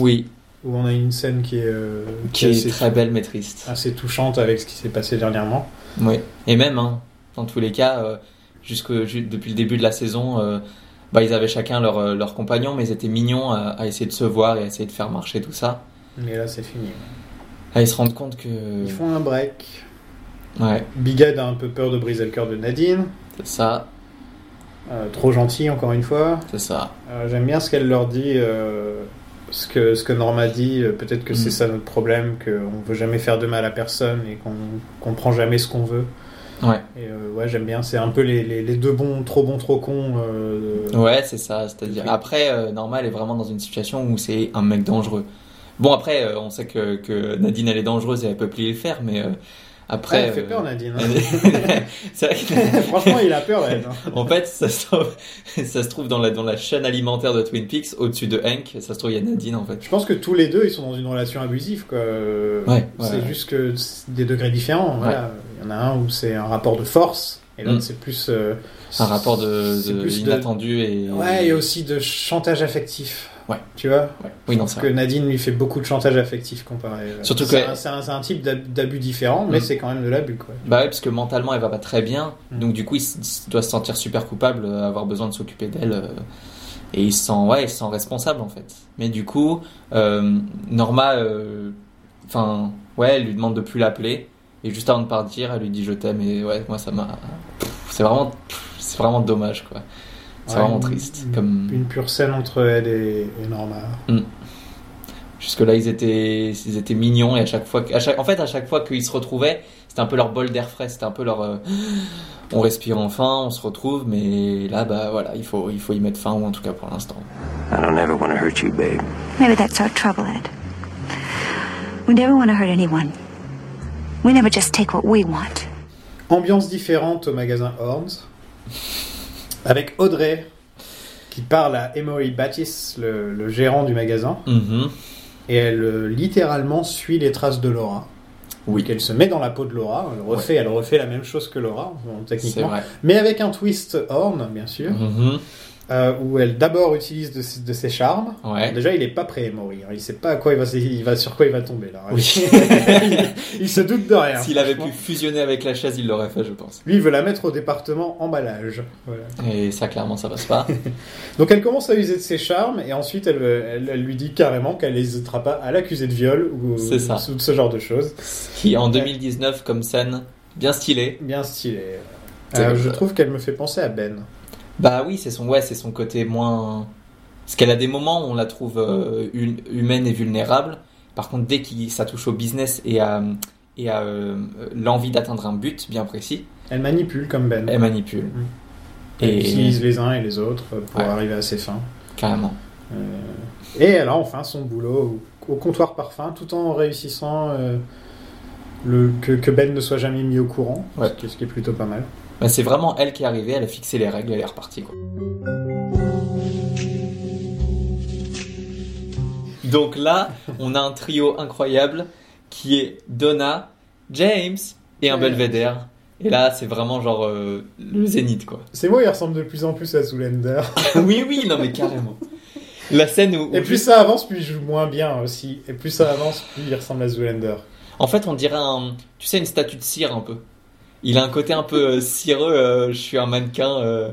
C: Oui,
B: où on a une scène qui est, euh,
C: qui est
B: assez-
C: très belle mais triste.
B: assez touchante avec ce qui s'est passé dernièrement.
C: Oui. Et même, hein, dans tous les cas, euh, jusque, ju- depuis le début de la saison, euh, bah, ils avaient chacun leur, euh, leur compagnon, mais ils étaient mignons à, à essayer de se voir et à essayer de faire marcher tout ça.
B: Mais là, c'est fini.
C: Ah, ils se rendent compte que.
B: Ils font un break.
C: Ouais,
B: Big Ed a un peu peur de briser le cœur de Nadine.
C: c'est ça,
B: Euh, trop gentil, encore une fois.
C: c'est ça.
B: Euh, J'aime bien ce qu'elle leur dit, euh, ce, que, ce que Norma dit. euh, Peut-être que c'est
C: Mm.
B: ça notre problème, qu'on veut jamais faire de mal à personne et qu'on qu'on prend jamais ce qu'on veut.
C: Ouais.
B: Et euh, ouais, j'aime bien. C'est un peu les, les- les deux bons, trop bons, trop cons. euh, de-
C: Ouais, c'est ça. C'est-à-dire,
B: Oui.
C: après, euh, Norma, elle est vraiment dans une situation où c'est un mec dangereux. Bon, après, euh, on sait que, que Nadine, elle est dangereuse et elle peut plier le fer, mais euh,
B: Ouais,
C: après.
B: elle fait
C: euh, *laughs*
B: peur, Nadine. hein.
C: elle est- c'est vrai que-
B: *laughs* Franchement, il a peur, elle. hein.
C: En fait, ça se trouve, *laughs* ça se trouve dans, la, dans la chaîne alimentaire de Twin Peaks, au-dessus de Hank, ça se trouve, il y a Nadine en fait.
B: Je pense que tous les deux, ils sont dans une relation abusive. Quoi. Euh,
C: Ouais, ouais,
B: c'est
C: ouais.
B: juste que c'est des degrés différents. voilà. Il y en a un où c'est un rapport de force, et l'autre
C: Mm.
B: c'est plus euh,
C: Un rapport de,
B: c'est
C: de-
B: plus de-
C: inattendu et.
B: Ouais, et aussi de chantage affectif.
C: Ouais.
B: Tu vois
C: Ouais. Oui, non,
B: Parce
C: c'est
B: que
C: vrai.
B: Nadine lui fait beaucoup de chantage affectif comparé. euh,
C: Surtout
B: c'est
C: que-
B: un- c'est un, c'est un type d'ab- d'abus différent, mais
C: Mm.
B: c'est quand même de l'abus. quoi.
C: Bah ouais, parce que mentalement, elle va pas très bien,
B: Mm.
C: donc du coup, il s- s- doit se sentir super coupable, euh, avoir besoin de s'occuper d'elle. euh, Et il se sent, ouais, il se sent responsable en fait. Mais du coup, euh, Norma, euh, enfin, ouais, elle lui demande de plus l'appeler. Et juste avant de partir, elle lui dit je t'aime. Et ouais, moi ça m'a. Pff, C'est vraiment, pff, c'est vraiment dommage quoi. C'est
B: Ouais,
C: vraiment
B: une-
C: triste.
B: une-
C: Comme
B: Une pure scène entre elle et, et Norma.
C: jusque là ils étaient, ils étaient mignons et à chaque fois, que- à chaque, en fait à chaque fois qu'ils se retrouvaient, c'était un peu leur bol d'air frais, c'était un peu leur, euh, on respire enfin, on se retrouve. Mais là bah voilà, il faut, il faut y mettre fin ou en tout cas pour l'instant.
F: I don't ever want to hurt you, babe.
G: Maybe that's our trouble, Ed. We never want to hurt anyone. We never just take what we want.
B: Ambiance différente au magasin Horns, avec Audrey qui parle à Emory Battis, le- le gérant du magasin.
C: Mhm.
B: Et elle euh, littéralement suit les traces de Laura.
C: Oui.
B: Donc elle se met dans la peau de Laura, elle refait, elle refait la même chose que Laura, bon,
C: C'est
B: techniquement.
C: vrai.
B: Mais avec un twist horn, bien sûr,
C: Mhm.
B: euh, où elle d'abord utilise de, ses- de ses charmes.
C: Ouais.
B: Déjà, il est pas prêt à mourir, il sait pas à quoi il va, se- il va sur quoi il va tomber là.
C: Oui.
B: *laughs* il se doute de rien.
C: S'il avait pu
B: franchement.
C: fusionner avec la chaise, il l'aurait fait, je pense.
B: Lui, il veut la mettre au département emballage. Voilà.
C: Et ça, clairement, ça passe
B: *laughs*
C: pas.
B: Donc elle commence à user de ses charmes et ensuite elle, elle- elle lui dit carrément qu'elle n'hésitera pas à l'accuser de viol ou,
C: C'est ça.
B: ou de ce genre de choses.
C: Qui, en 2019, comme scène, bien stylée.
B: Bien stylé.
C: C'est
B: Euh,
C: comme
B: je
C: ça.
B: trouve qu'elle me fait penser à Ben.
C: Bah oui, c'est son, ouais, c'est son côté moins. Parce qu'elle a des moments où on la trouve
B: Mm.
C: euh, une- humaine et vulnérable. Par contre, dès que ça touche au business et à, et à euh, l'envie d'atteindre un but bien précis,
B: Elle manipule comme Ben.
C: elle manipule.
B: Mm. Elle
C: Et
B: utilise les uns et les autres pour
C: Ouais.
B: arriver à ses fins.
C: carrément.
B: Euh, Et elle a enfin son boulot au, au comptoir parfum tout en réussissant euh, le, que, que Ben ne soit jamais mis au courant,
C: Ouais.
B: ce qui- ce qui est plutôt pas mal.
C: Bah, c'est vraiment elle qui est arrivée, elle a fixé les règles, elle est repartie. Quoi. Donc là, on a un trio incroyable qui est Donna, James et un
B: Ouais.
C: belvédère. Et là, c'est vraiment genre euh, le zénith quoi. *laughs*
B: Ces mots, ils ressemblent de plus en plus à Zoolander.
C: oui, oui, non mais carrément. La scène où. où
B: Et plus ça avance, plus il joue moins bien aussi. Et plus ça avance, plus il ressemble à Zoolander.
C: En fait, on dirait un, tu sais, une statue de cire un peu. Il a un côté un peu euh, cireux. euh, je suis un mannequin. euh,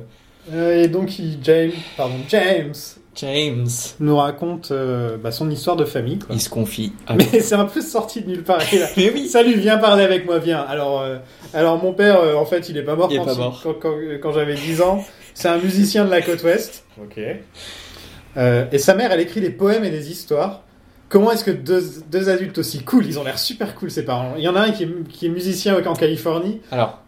B: Euh, et donc, il- James, pardon, James
C: James.
B: nous raconte euh, bah, son histoire de famille. quoi.
C: Il se confie.
B: *laughs*
C: à-
B: Mais c'est un peu sorti de nulle part. Et là,
C: *laughs* mais oui.
B: Salut, viens parler avec moi, viens. Alors, euh, alors mon père, euh, en fait, il est pas mort
C: Il est
B: quand,
C: pas mort.
B: quand- quand- euh, quand j'avais 10 ans. C'est un musicien de la côte ouest. Ok. et sa mère, elle écrit des poèmes et des histoires. Comment est-ce que deux, deux adultes aussi cool, ils ont l'air super cool, ces parents Il y en a un qui est, qui est musicien en Californie.
C: Alors,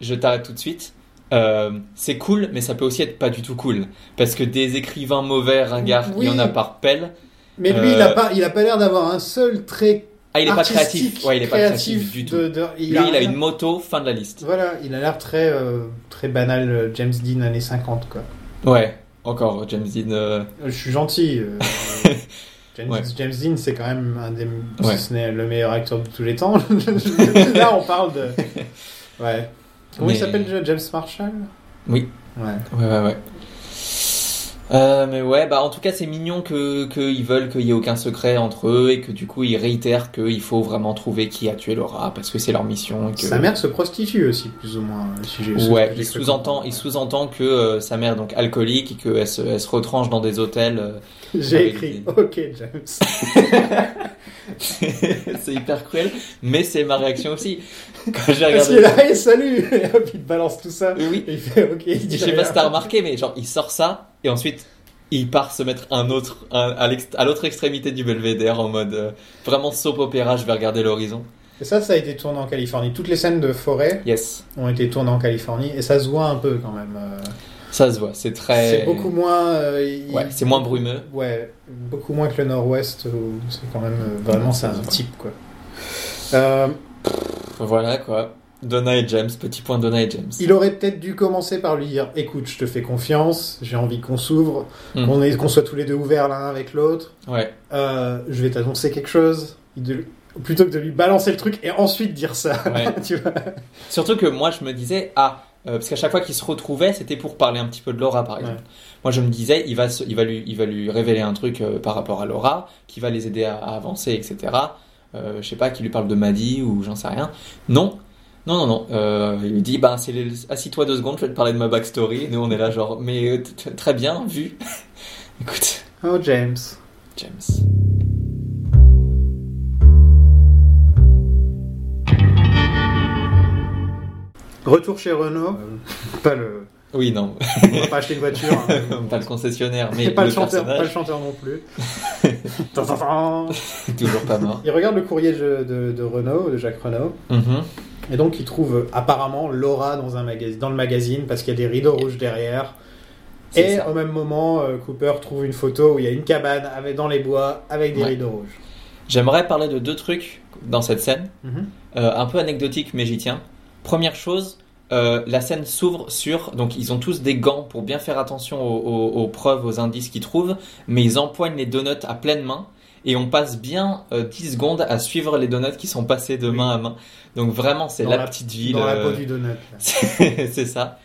C: je t'arrête tout de suite. Euh, c'est cool, mais ça peut aussi être pas du tout cool. Parce que des écrivains mauvais, ringards,
B: Oui.
C: il y en a par pelle.
B: Mais lui, il a
C: Euh.
B: pas, il a pas l'air d'avoir un seul trait
C: Ah, il est pas
B: artistique,
C: créatif. Ouais, il est pas créatif
B: créatif
C: du tout.
B: de- de-
C: Lui, il a
B: rien.
C: une moto, fin de la liste.
B: Voilà, il a l'air très, euh, très banal, euh, James Dean années 50, quoi.
C: Ouais, encore James Dean. euh,
B: Je suis gentil.
C: *laughs*
B: euh, James,
C: Ouais.
B: James Dean, c'est quand même un des,
C: Ouais.
B: si ce n'est le meilleur acteur de tous les
C: *laughs*
B: temps. *laughs* Là, on parle de. Ouais. Comment
C: Mais-
B: il s'appelle déjà James Marshall
C: Oui.
B: Ouais.
C: Ouais, ouais, ouais. Euh, mais ouais, bah en tout cas c'est mignon que qu'ils veulent qu'il y ait aucun secret entre eux et que du coup ils réitèrent qu'il faut vraiment trouver qui a tué Laura parce que c'est leur mission. Et que...
B: Sa mère se prostitue aussi, plus ou moins, euh, si j'ai si
C: Ouais,
B: j'ai
C: il
B: cru
C: sous-entend, il sous-entend que euh, sa mère donc alcoolique et qu'elle se, elle se retranche dans des hôtels. euh, *laughs*
B: J'ai écrit OK, James.
C: c'est hyper cruel, mais c'est ma réaction aussi. *laughs* Quand j'ai
B: Parce qu'il est
C: regardé.
B: là, et salut *laughs* Et hop, il te balance tout ça.
C: Oui, oui.
B: Et il fait OK. il
C: Je
B: dit
C: sais pas
B: rien.
C: si t'as remarqué, mais genre il sort ça et ensuite il part se mettre un autre un- à l'ext- à l'autre extrémité du belvédère en mode euh, vraiment soap opéra, je vais regarder l'horizon.
B: Et ça, ça a été tourné en Californie. Toutes les scènes de forêt
C: Yes,
B: ont été tournées en Californie et ça se voit un peu quand même. euh.
C: ça se voit, c'est très.
B: C'est beaucoup moins. euh, il-
C: Ouais, c'est moins brumeux.
B: Ouais, beaucoup moins que le Nord-Ouest où c'est quand même euh, vraiment c'est un
C: Ouais.
B: type quoi. Euh,
C: Voilà quoi. Donna et James, petit point Donna et James.
B: il aurait peut-être dû commencer par lui dire écoute, je te fais confiance, j'ai envie qu'on s'ouvre,
C: Mm.
B: qu'on est- qu'on soit tous les deux ouverts l'un avec l'autre.
C: Ouais,
B: Euh, je vais t'annoncer quelque chose. Il de- Plutôt que de lui balancer le truc et ensuite dire ça. *laughs*
C: ouais.
B: tu vois.
C: Surtout que moi, je me disais, ah, euh, parce qu'à chaque fois qu'ils se retrouvaient, c'était pour parler un petit peu de Laura, par exemple.
B: Ouais.
C: Moi, je me disais, il va, se- il va, lui, il va lui révéler un truc euh, par rapport à Laura, qui va les aider à, à avancer, etc. Euh, je sais pas, qui lui parle de Maddy ou j'en sais rien. Non, non, non, non. Euh, il lui dit, bah, c'est les- assis-toi deux secondes, je vais te parler de ma backstory. Et nous, on est là, genre, mais euh, t- t- très bien, vu. *laughs* Écoute,
B: Oh, James.
C: James.
B: Retour chez Renault. pas le.
C: Euh, Oui, non, *laughs*
B: On va pas acheter une voiture. hein.
C: pas le concessionnaire, *laughs* mais
B: Et pas
C: le
B: le, chanteur, pas le
C: personnage,
B: chanteur non
C: *laughs*
B: plus. Tintintin.
C: toujours
B: *laughs*
C: pas mort.
B: il regarde le courrier de, de, de Renault, de Jacques Renault,
C: Mhm.
B: et donc il trouve euh, apparemment Laura dans, un magazine, dans le magazine parce qu'il y a des rideaux rouges derrière.
C: C'est
B: Et
C: ça.
B: au même moment, euh, Cooper trouve une photo où il y a une cabane avec, dans les bois avec des
C: Ouais.
B: rideaux rouges.
C: J'aimerais parler de deux trucs dans cette scène,
B: Mhm.
C: Euh, un peu anecdotique mais j'y tiens. Première chose, euh, la scène s'ouvre sur, donc ils ont tous des gants pour bien faire attention aux, aux- aux preuves, aux indices qu'ils trouvent, mais ils empoignent les donuts à pleine main et on passe bien euh, 10 secondes à suivre les donuts qui sont passés de main à main. Donc vraiment c'est
B: Dans
C: la,
B: la-
C: petite ville.
B: dans la
C: euh,
B: peau du donut. là.
C: c'est *laughs* ça.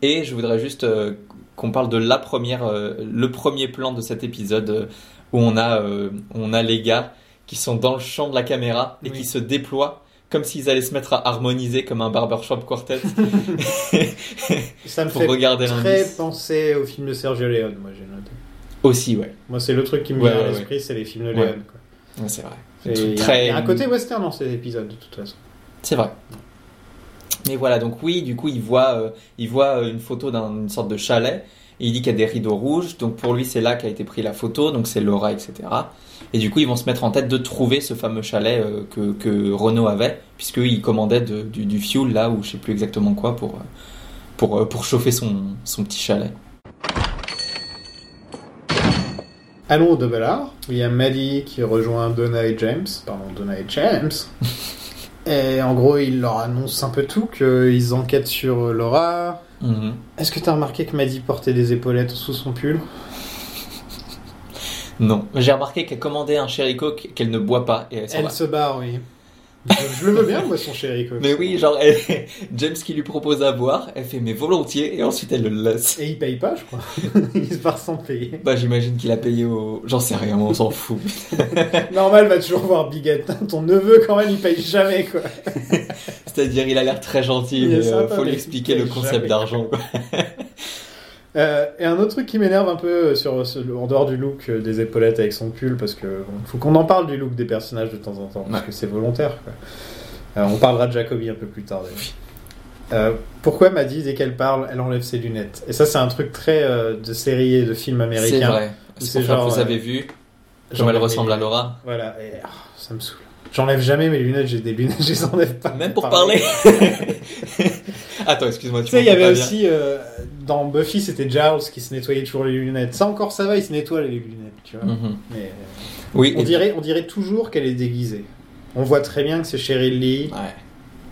C: Et je voudrais juste euh, qu'on parle de la première, euh, le premier plan de cet épisode euh, où on a, euh, on a les gars qui sont dans le champ de la caméra et
B: Oui.
C: qui se déploient comme s'ils allaient se mettre à harmoniser comme un
B: *laughs*
C: barbershop quartet
B: Ça me
C: pour
B: fait
C: regarder
B: très
C: l'indice.
B: penser au film de Sergio Leone, moi j'ai noté.
C: Aussi, ouais.
B: Moi c'est le truc qui me
C: Ouais,
B: vient à
C: ouais,
B: l'esprit, c'est les films de
C: Ouais.
B: Leone. quoi.
C: Ouais, c'est vrai.
B: Et
C: Tout
B: Il y, a-
C: très-
B: il y a un côté western dans ces épisodes de toute façon.
C: C'est vrai. Mais voilà, donc oui, du coup, il voit, euh, il voit euh, une photo d'une sorte de chalet. Et il dit qu'il y a des rideaux rouges. Donc pour lui, c'est là qu'a été prise la photo. Donc c'est Laura, etc. Et du coup, ils vont se mettre en tête de trouver ce fameux chalet euh, que, que Renault avait, puisqu'il commandait de- du, du fuel là, ou je sais plus exactement quoi, pour, euh, pour, euh, pour chauffer son, son petit chalet.
B: Allons au double R, où il y a Maddie qui rejoint Donna et James. Pardon, Donna et
C: *laughs*
B: James. et en gros, il leur annonce un peu tout, qu'ils enquêtent sur euh, Laura.
C: Mhm.
B: Est-ce que t'as remarqué que Maddie portait des épaulettes sous son pull
C: Non. J'ai remarqué qu'elle commandait un Sherry Coke qu'elle ne boit pas. Et elle s'en
B: Elle
C: va.
B: se barre, oui. Je je le veux bien, moi, son chéri. quoi.
C: Mais oui, genre, elle- *laughs* James qui lui propose à boire, elle fait mais volontiers, et ensuite elle le laisse.
B: Et il paye pas, je crois. *laughs* il se barre sans payer.
C: Bah j'imagine qu'il a payé au... J'en sais rien, on s'en fout. *laughs*
B: Normal, va toujours voir Bigette. Ton neveu, quand même, il paye jamais, quoi.
C: C'est-à-dire il a l'air très gentil,
B: Il est
C: mais euh,
B: sympa,
C: faut lui
B: mais
C: expliquer
B: il
C: le
B: paye
C: concept
B: jamais.
C: d'argent. quoi.
B: Euh, et un autre truc qui m'énerve un peu euh, sur, sur- en dehors du look euh, des épaulettes avec son pull, parce que bon, faut qu'on en parle du look des personnages de temps en temps, parce
C: Ouais.
B: que c'est volontaire. quoi. Euh, on parlera de Jacobi un peu plus tard. d'ailleurs. Euh, pourquoi Maddy dès qu'elle parle, elle enlève ses lunettes Et ça, c'est un truc très euh, de série et de film américain.
C: C'est vrai. C'est
B: C'est
C: pour ça que
B: genre,
C: vous
B: euh,
C: avez vu comme
B: J'enlève
C: elle
B: mes
C: ressemble à
B: lunettes.
C: Laura.
B: *laughs* Voilà, et, ah, ça me saoule. J'enlève jamais mes lunettes, j'ai des lunettes, *laughs* je les enlève pas.
C: Même pour parler. *laughs* Attends, excuse-moi, tu
B: Tu sais, il y
C: m'entends
B: avait
C: pas bien.
B: aussi euh, dans Buffy, c'était Giles qui se nettoyait toujours les lunettes. Ça encore, ça va, il se nettoie les lunettes, tu vois.
C: Mhm.
B: Mais, euh,
C: Oui,
B: On
C: et-
B: dirait, on dirait toujours qu'elle est déguisée. On voit très bien que c'est Cheryl Lee, que
C: Ouais.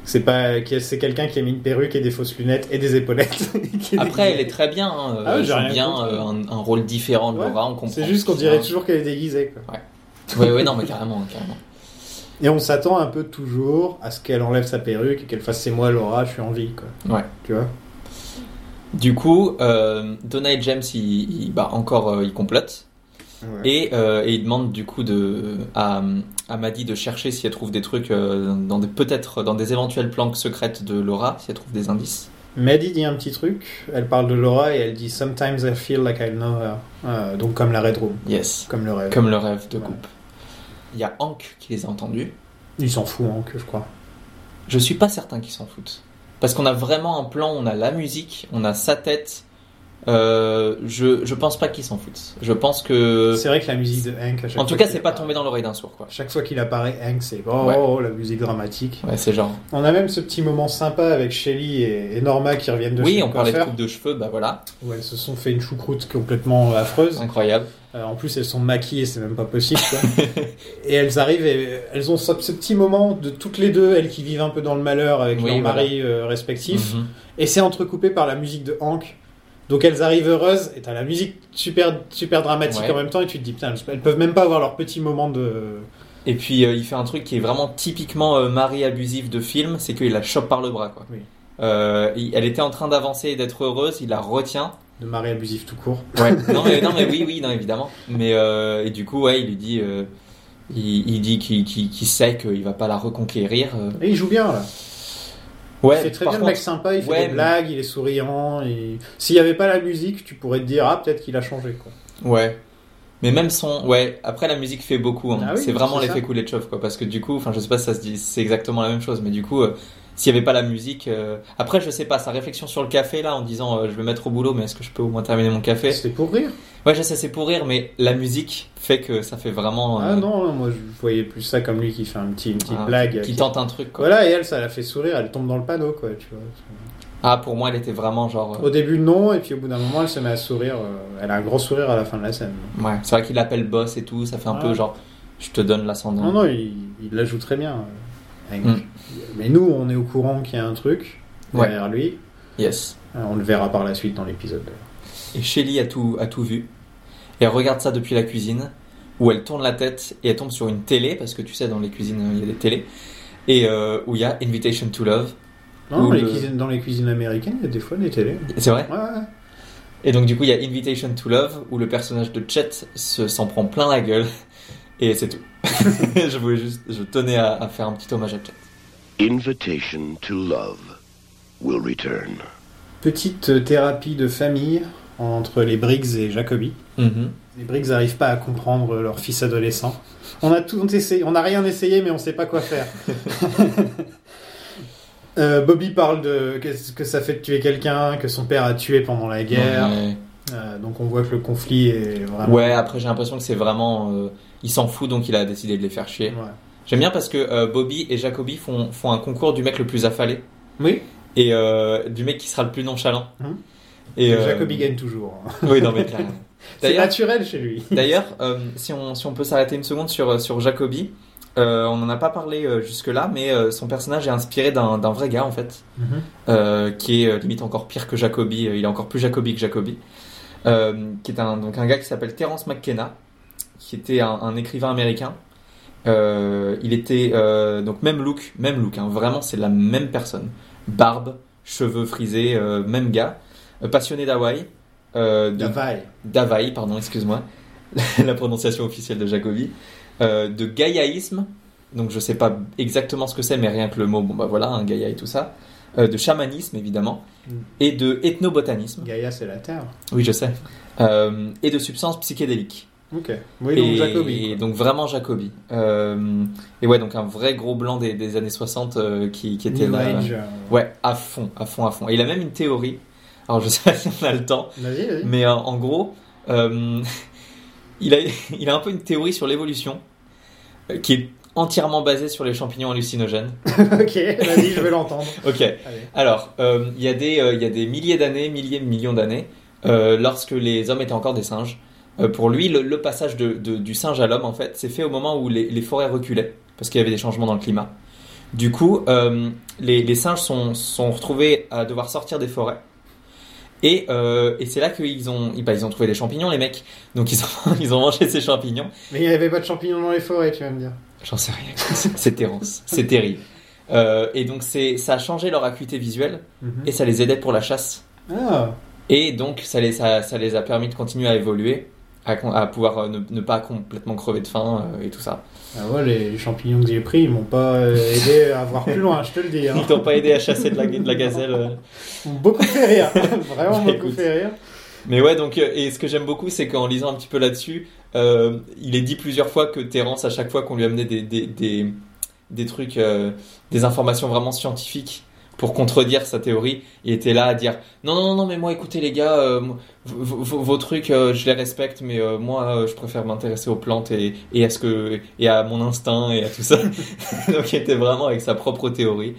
B: c'est pas, que c'est quelqu'un qui a mis une perruque et des fausses lunettes et des épaulettes. *laughs* qui est
C: Après, elle
B: déguisée.
C: est très bien. hein,
B: Ah ouais,
C: elle
B: j'ai
C: joue
B: rien
C: bien
B: contre. hein.
C: euh, un, un rôle différent de
B: Ouais.
C: Laura, on comprend.
B: C'est juste qu'on
C: hein.
B: dirait toujours qu'elle est déguisée. quoi.
C: Oui, oui, non, mais carrément, carrément.
B: Et on s'attend un peu toujours à ce qu'elle enlève sa perruque et qu'elle fasse c'est moi Laura, je suis en vie. Quoi.
C: Ouais.
B: Tu vois
C: Du coup, euh, Donna et James, il, il- bah, encore, euh, ils complotent.
B: Ouais.
C: Et, euh, et il demande du coup de, à, à Maddy de chercher si elle trouve des trucs, euh, dans des, peut-être dans des éventuelles planques secrètes de Laura, si elle trouve des indices.
B: Maddie dit un petit truc, elle parle de Laura et elle dit Sometimes I feel like I know her. Euh, donc comme la Red Room,
C: Yes.
B: comme le rêve.
C: Comme le rêve de
B: Ouais.
C: coupe. Il y a Hank qui les a entendus.
B: Il s'en fout, hein, que je crois.
C: Je suis pas certain qu'ils s'en foutent. Parce qu'on a vraiment un plan, on a la musique, on a sa tête. Euh, je, je pense pas qu'ils s'en foutent. Je pense que.
B: C'est vrai que la musique de Hank. à chaque
C: Euh. En tout
B: fois
C: cas,
B: qu'il
C: c'est pas
B: apparaît-
C: tombé dans l'oreille d'un sourd, quoi.
B: Chaque fois qu'il apparaît, Hank, c'est oh,
C: Ouais.
B: oh, la musique dramatique.
C: Ouais, c'est genre.
B: On a même ce petit moment sympa avec Shelly et, et Norma qui reviennent de chez
C: Oui,
B: le
C: on parlait de
B: coiffeur,
C: coupe de cheveux, bah voilà,
B: où elles se sont fait une choucroute complètement affreuse.
C: incroyable.
B: Euh, en plus, elles sont maquillées, c'est même pas possible.
C: *laughs*
B: quoi. et elles arrivent et euh, elles ont ce, ce petit moment de toutes les deux, elles qui vivent un peu dans le malheur avec
C: Oui,
B: leur
C: voilà.
B: mari euh, respectif.
C: Mhm.
B: Et c'est entrecoupé par la musique de Hank. Donc elles arrivent heureuses et t'as la musique super, super dramatique
C: Ouais.
B: en même temps et tu te dis putain, elles peuvent même pas avoir leur petit moment de.
C: Et puis euh, il fait un truc qui est vraiment typiquement euh, mari abusif de film, c'est qu'il la chope par le bras, quoi.
B: Oui.
C: Euh, il- elle était en train d'avancer et d'être heureuse, il la retient.
B: de mari abusif tout court.
C: Ouais. *laughs* non, mais, non mais oui, oui, non évidemment. Mais euh, et du coup, ouais, il lui dit, euh, il, il dit qu'il qu'il- qu'il sait qu'il va pas la reconquérir. euh.
B: Et il joue bien là.
C: Ouais.
B: il fait très
C: par
B: bien le
C: contre-
B: mec sympa, il fait
C: ouais,
B: des
C: mais-
B: blagues, il est souriant. Et... S'il n'y avait pas la musique, tu pourrais te dire ah peut-être qu'il a changé quoi.
C: Ouais. Mais même son, ouais. Après la musique fait beaucoup. hein.
B: Ah oui,
C: c'est vraiment
B: c'est
C: l'effet
B: ça.
C: Kuleshov, quoi. Parce que du coup, enfin, je sais pas si ça se dit, c'est exactement la même chose, mais du coup, euh, s'il y avait pas la musique, euh, après, je sais pas. Sa réflexion sur le café là, en disant, euh, je vais mettre au boulot, mais est-ce que je peux au moins terminer mon café
B: C'était pour rire.
C: Ouais, je sais, c'est pour rire, mais la musique fait que ça fait vraiment. euh,
B: Ah non, moi je voyais plus ça comme lui qui fait un petit, une petite
C: ah,
B: blague.
C: Qui
B: qui-
C: tente un truc, quoi.
B: Voilà, et elle, ça la fait sourire, elle tombe dans le panneau quoi. Tu vois.
C: Ah, pour moi, elle était vraiment genre. euh,
B: Au début non, et puis au bout d'un moment, elle se met à sourire. euh, Elle a un grand sourire à la fin de la scène.
C: Ouais, c'est vrai qu'il l'appelle boss et tout, ça fait un
B: Ouais.
C: peu genre, je te donne l'ascendant.
B: Ah. Non, non, il, il la joue très bien. euh, Hank.
C: Mm.
B: Mais nous, on est au courant qu'il y a un truc
C: Ouais.
B: derrière lui.
C: Yes.
B: Euh, On le verra par la suite dans l'épisode. d'ailleurs.
C: Et Shelly a tout, a tout vu. Et elle regarde ça depuis la cuisine, où elle tourne la tête et elle tombe sur une télé, parce que tu sais, dans les cuisines, il y a des télés, et euh, où il y a Invitation to Love.
B: Non,
C: Ou
B: dans, les
C: le-
B: cuisines, dans les cuisines américaines, il y a des fois des télés.
C: C'est vrai
B: Ouais, ouais.
C: Et donc, du coup, il y a Invitation to Love, où le personnage de Chet se- s'en prend plein la gueule, et c'est tout. *laughs* je voulais juste, je tenais à, à faire un petit hommage à Chet.
H: Invitation to Love will return.
B: Petite thérapie de famille entre les Briggs et Jacobi.
C: Mhm.
B: Les Briggs n'arrivent pas à comprendre leur fils adolescent. On a tout essayé, on n'a rien essayé, mais on ne sait pas quoi faire. *laughs* Euh, Bobby parle de qu'est-ce que ça fait de tuer quelqu'un, que son père a tué pendant la guerre.
C: Ouais.
B: Euh, donc on voit que le conflit est vraiment.
C: Ouais, après, j'ai l'impression que c'est vraiment. euh, il s'en fout, donc il a décidé de les faire chier.
B: Ouais.
C: J'aime bien parce que euh, Bobby et Jacoby font, font un concours du mec le plus affalé.
B: Oui.
C: Et euh, du mec qui sera le plus nonchalant.
B: Mhm.
C: Et, euh,
B: Jacobi gagne toujours.
C: Oui, non, mais carrément.
B: *laughs* C'est
C: D'ailleurs,
B: naturel chez
C: *laughs*
B: lui.
C: d'ailleurs, euh, si, on, si on peut s'arrêter une seconde sur, sur Jacoby, euh, on n'en a pas parlé euh, jusque-là, mais euh, son personnage est inspiré d'un d'un vrai gars en fait,
B: Mhm.
C: euh, qui est euh, limite encore pire que Jacoby, euh, il est encore plus Jacoby que Jacoby, euh, qui est un, donc un gars qui s'appelle Terence McKenna, qui était un, un écrivain américain. Euh, il était euh, donc même look, même look, hein, vraiment c'est la même personne. Barbe, cheveux frisés, euh, même gars, Euh, passionné d'Hawaï, euh, de
B: La vaille.
C: d'Havaï, pardon, excuse-moi, *laughs* la prononciation officielle de Jacobi, euh, de gaïaïsme, donc je sais pas exactement ce que c'est, mais rien que le mot, bon bah voilà, un gaïa et tout ça, euh, de chamanisme évidemment,
B: Mm.
C: et de ethnobotanisme,
B: Gaïa, c'est la terre.
C: oui je sais, euh, et de substances psychédéliques.
B: Ok. Oui, donc
C: et
B: Jacobi. quoi.
C: donc vraiment Jacobi. Euh, et ouais, donc un vrai gros blanc des, des années 60 euh, qui, qui était
B: New
C: là.
B: Age, euh,
C: Ouais, à fond, à fond, à fond. Et il a même une théorie, alors je sais pas si on a le temps,
B: Vas-y, vas-y.
C: mais euh, en gros, euh, *laughs* il, a, *laughs* il a un peu une théorie sur l'évolution euh, qui est entièrement basée sur les champignons hallucinogènes.
B: ok, vas-y, je vais l'entendre.
C: Ok,
B: Allez.
C: alors, euh, il y, a des, euh, il y a des milliers d'années, milliers, millions d'années, euh, lorsque les hommes étaient encore des singes. euh, pour lui, le, le passage de- de- du singe à l'homme, en fait, s'est fait au moment où les, les forêts reculaient, parce qu'il y avait des changements dans le climat. Du coup, euh, les, les singes sont, sont retrouvés à devoir sortir des forêts. Et, euh, et c'est là qu'ils ont, ils- bah, ils ont trouvé des champignons, les mecs. Donc ils ont, *laughs* ils ont mangé ces champignons.
B: Mais il n'y avait pas de champignons dans les forêts, tu vas me dire.
C: J'en sais rien. *laughs* C'est Terence. C'est terrible. Euh, et donc c'est, ça a changé leur acuité visuelle
B: Mhm.
C: et ça les aidait pour la chasse.
B: Ah,
C: Et donc, ça les, ça, ça les a permis de continuer à évoluer, à, con- à pouvoir euh, ne, ne pas complètement crever de faim euh, et tout ça.
B: Ah ouais, les champignons que j'ai pris, ils m'ont pas euh, aidé à voir plus loin, je te le dis. hein.
C: *laughs* Ils t'ont pas aidé à chasser de la, de la gazelle. euh.
B: Ils m'ont beaucoup fait
C: *laughs*
B: rire, *laughs* vraiment
C: Bah,
B: beaucoup
C: écoute.
B: fait rire.
C: Mais ouais, donc, euh, et ce que j'aime beaucoup, c'est qu'en lisant un petit peu là-dessus, euh, il est dit plusieurs fois que Terence, à chaque fois qu'on lui amenait des, des, des, des trucs, euh, des informations vraiment scientifiques pour contredire sa théorie, il était là à dire Non, non, non, non, mais moi, écoutez, les gars, euh, moi, vos, vos- vos trucs, euh, je les respecte, mais euh, moi, euh, je préfère m'intéresser aux plantes et, et, à ce que, et à mon instinct et à tout ça. *laughs* donc, il était vraiment avec sa propre théorie.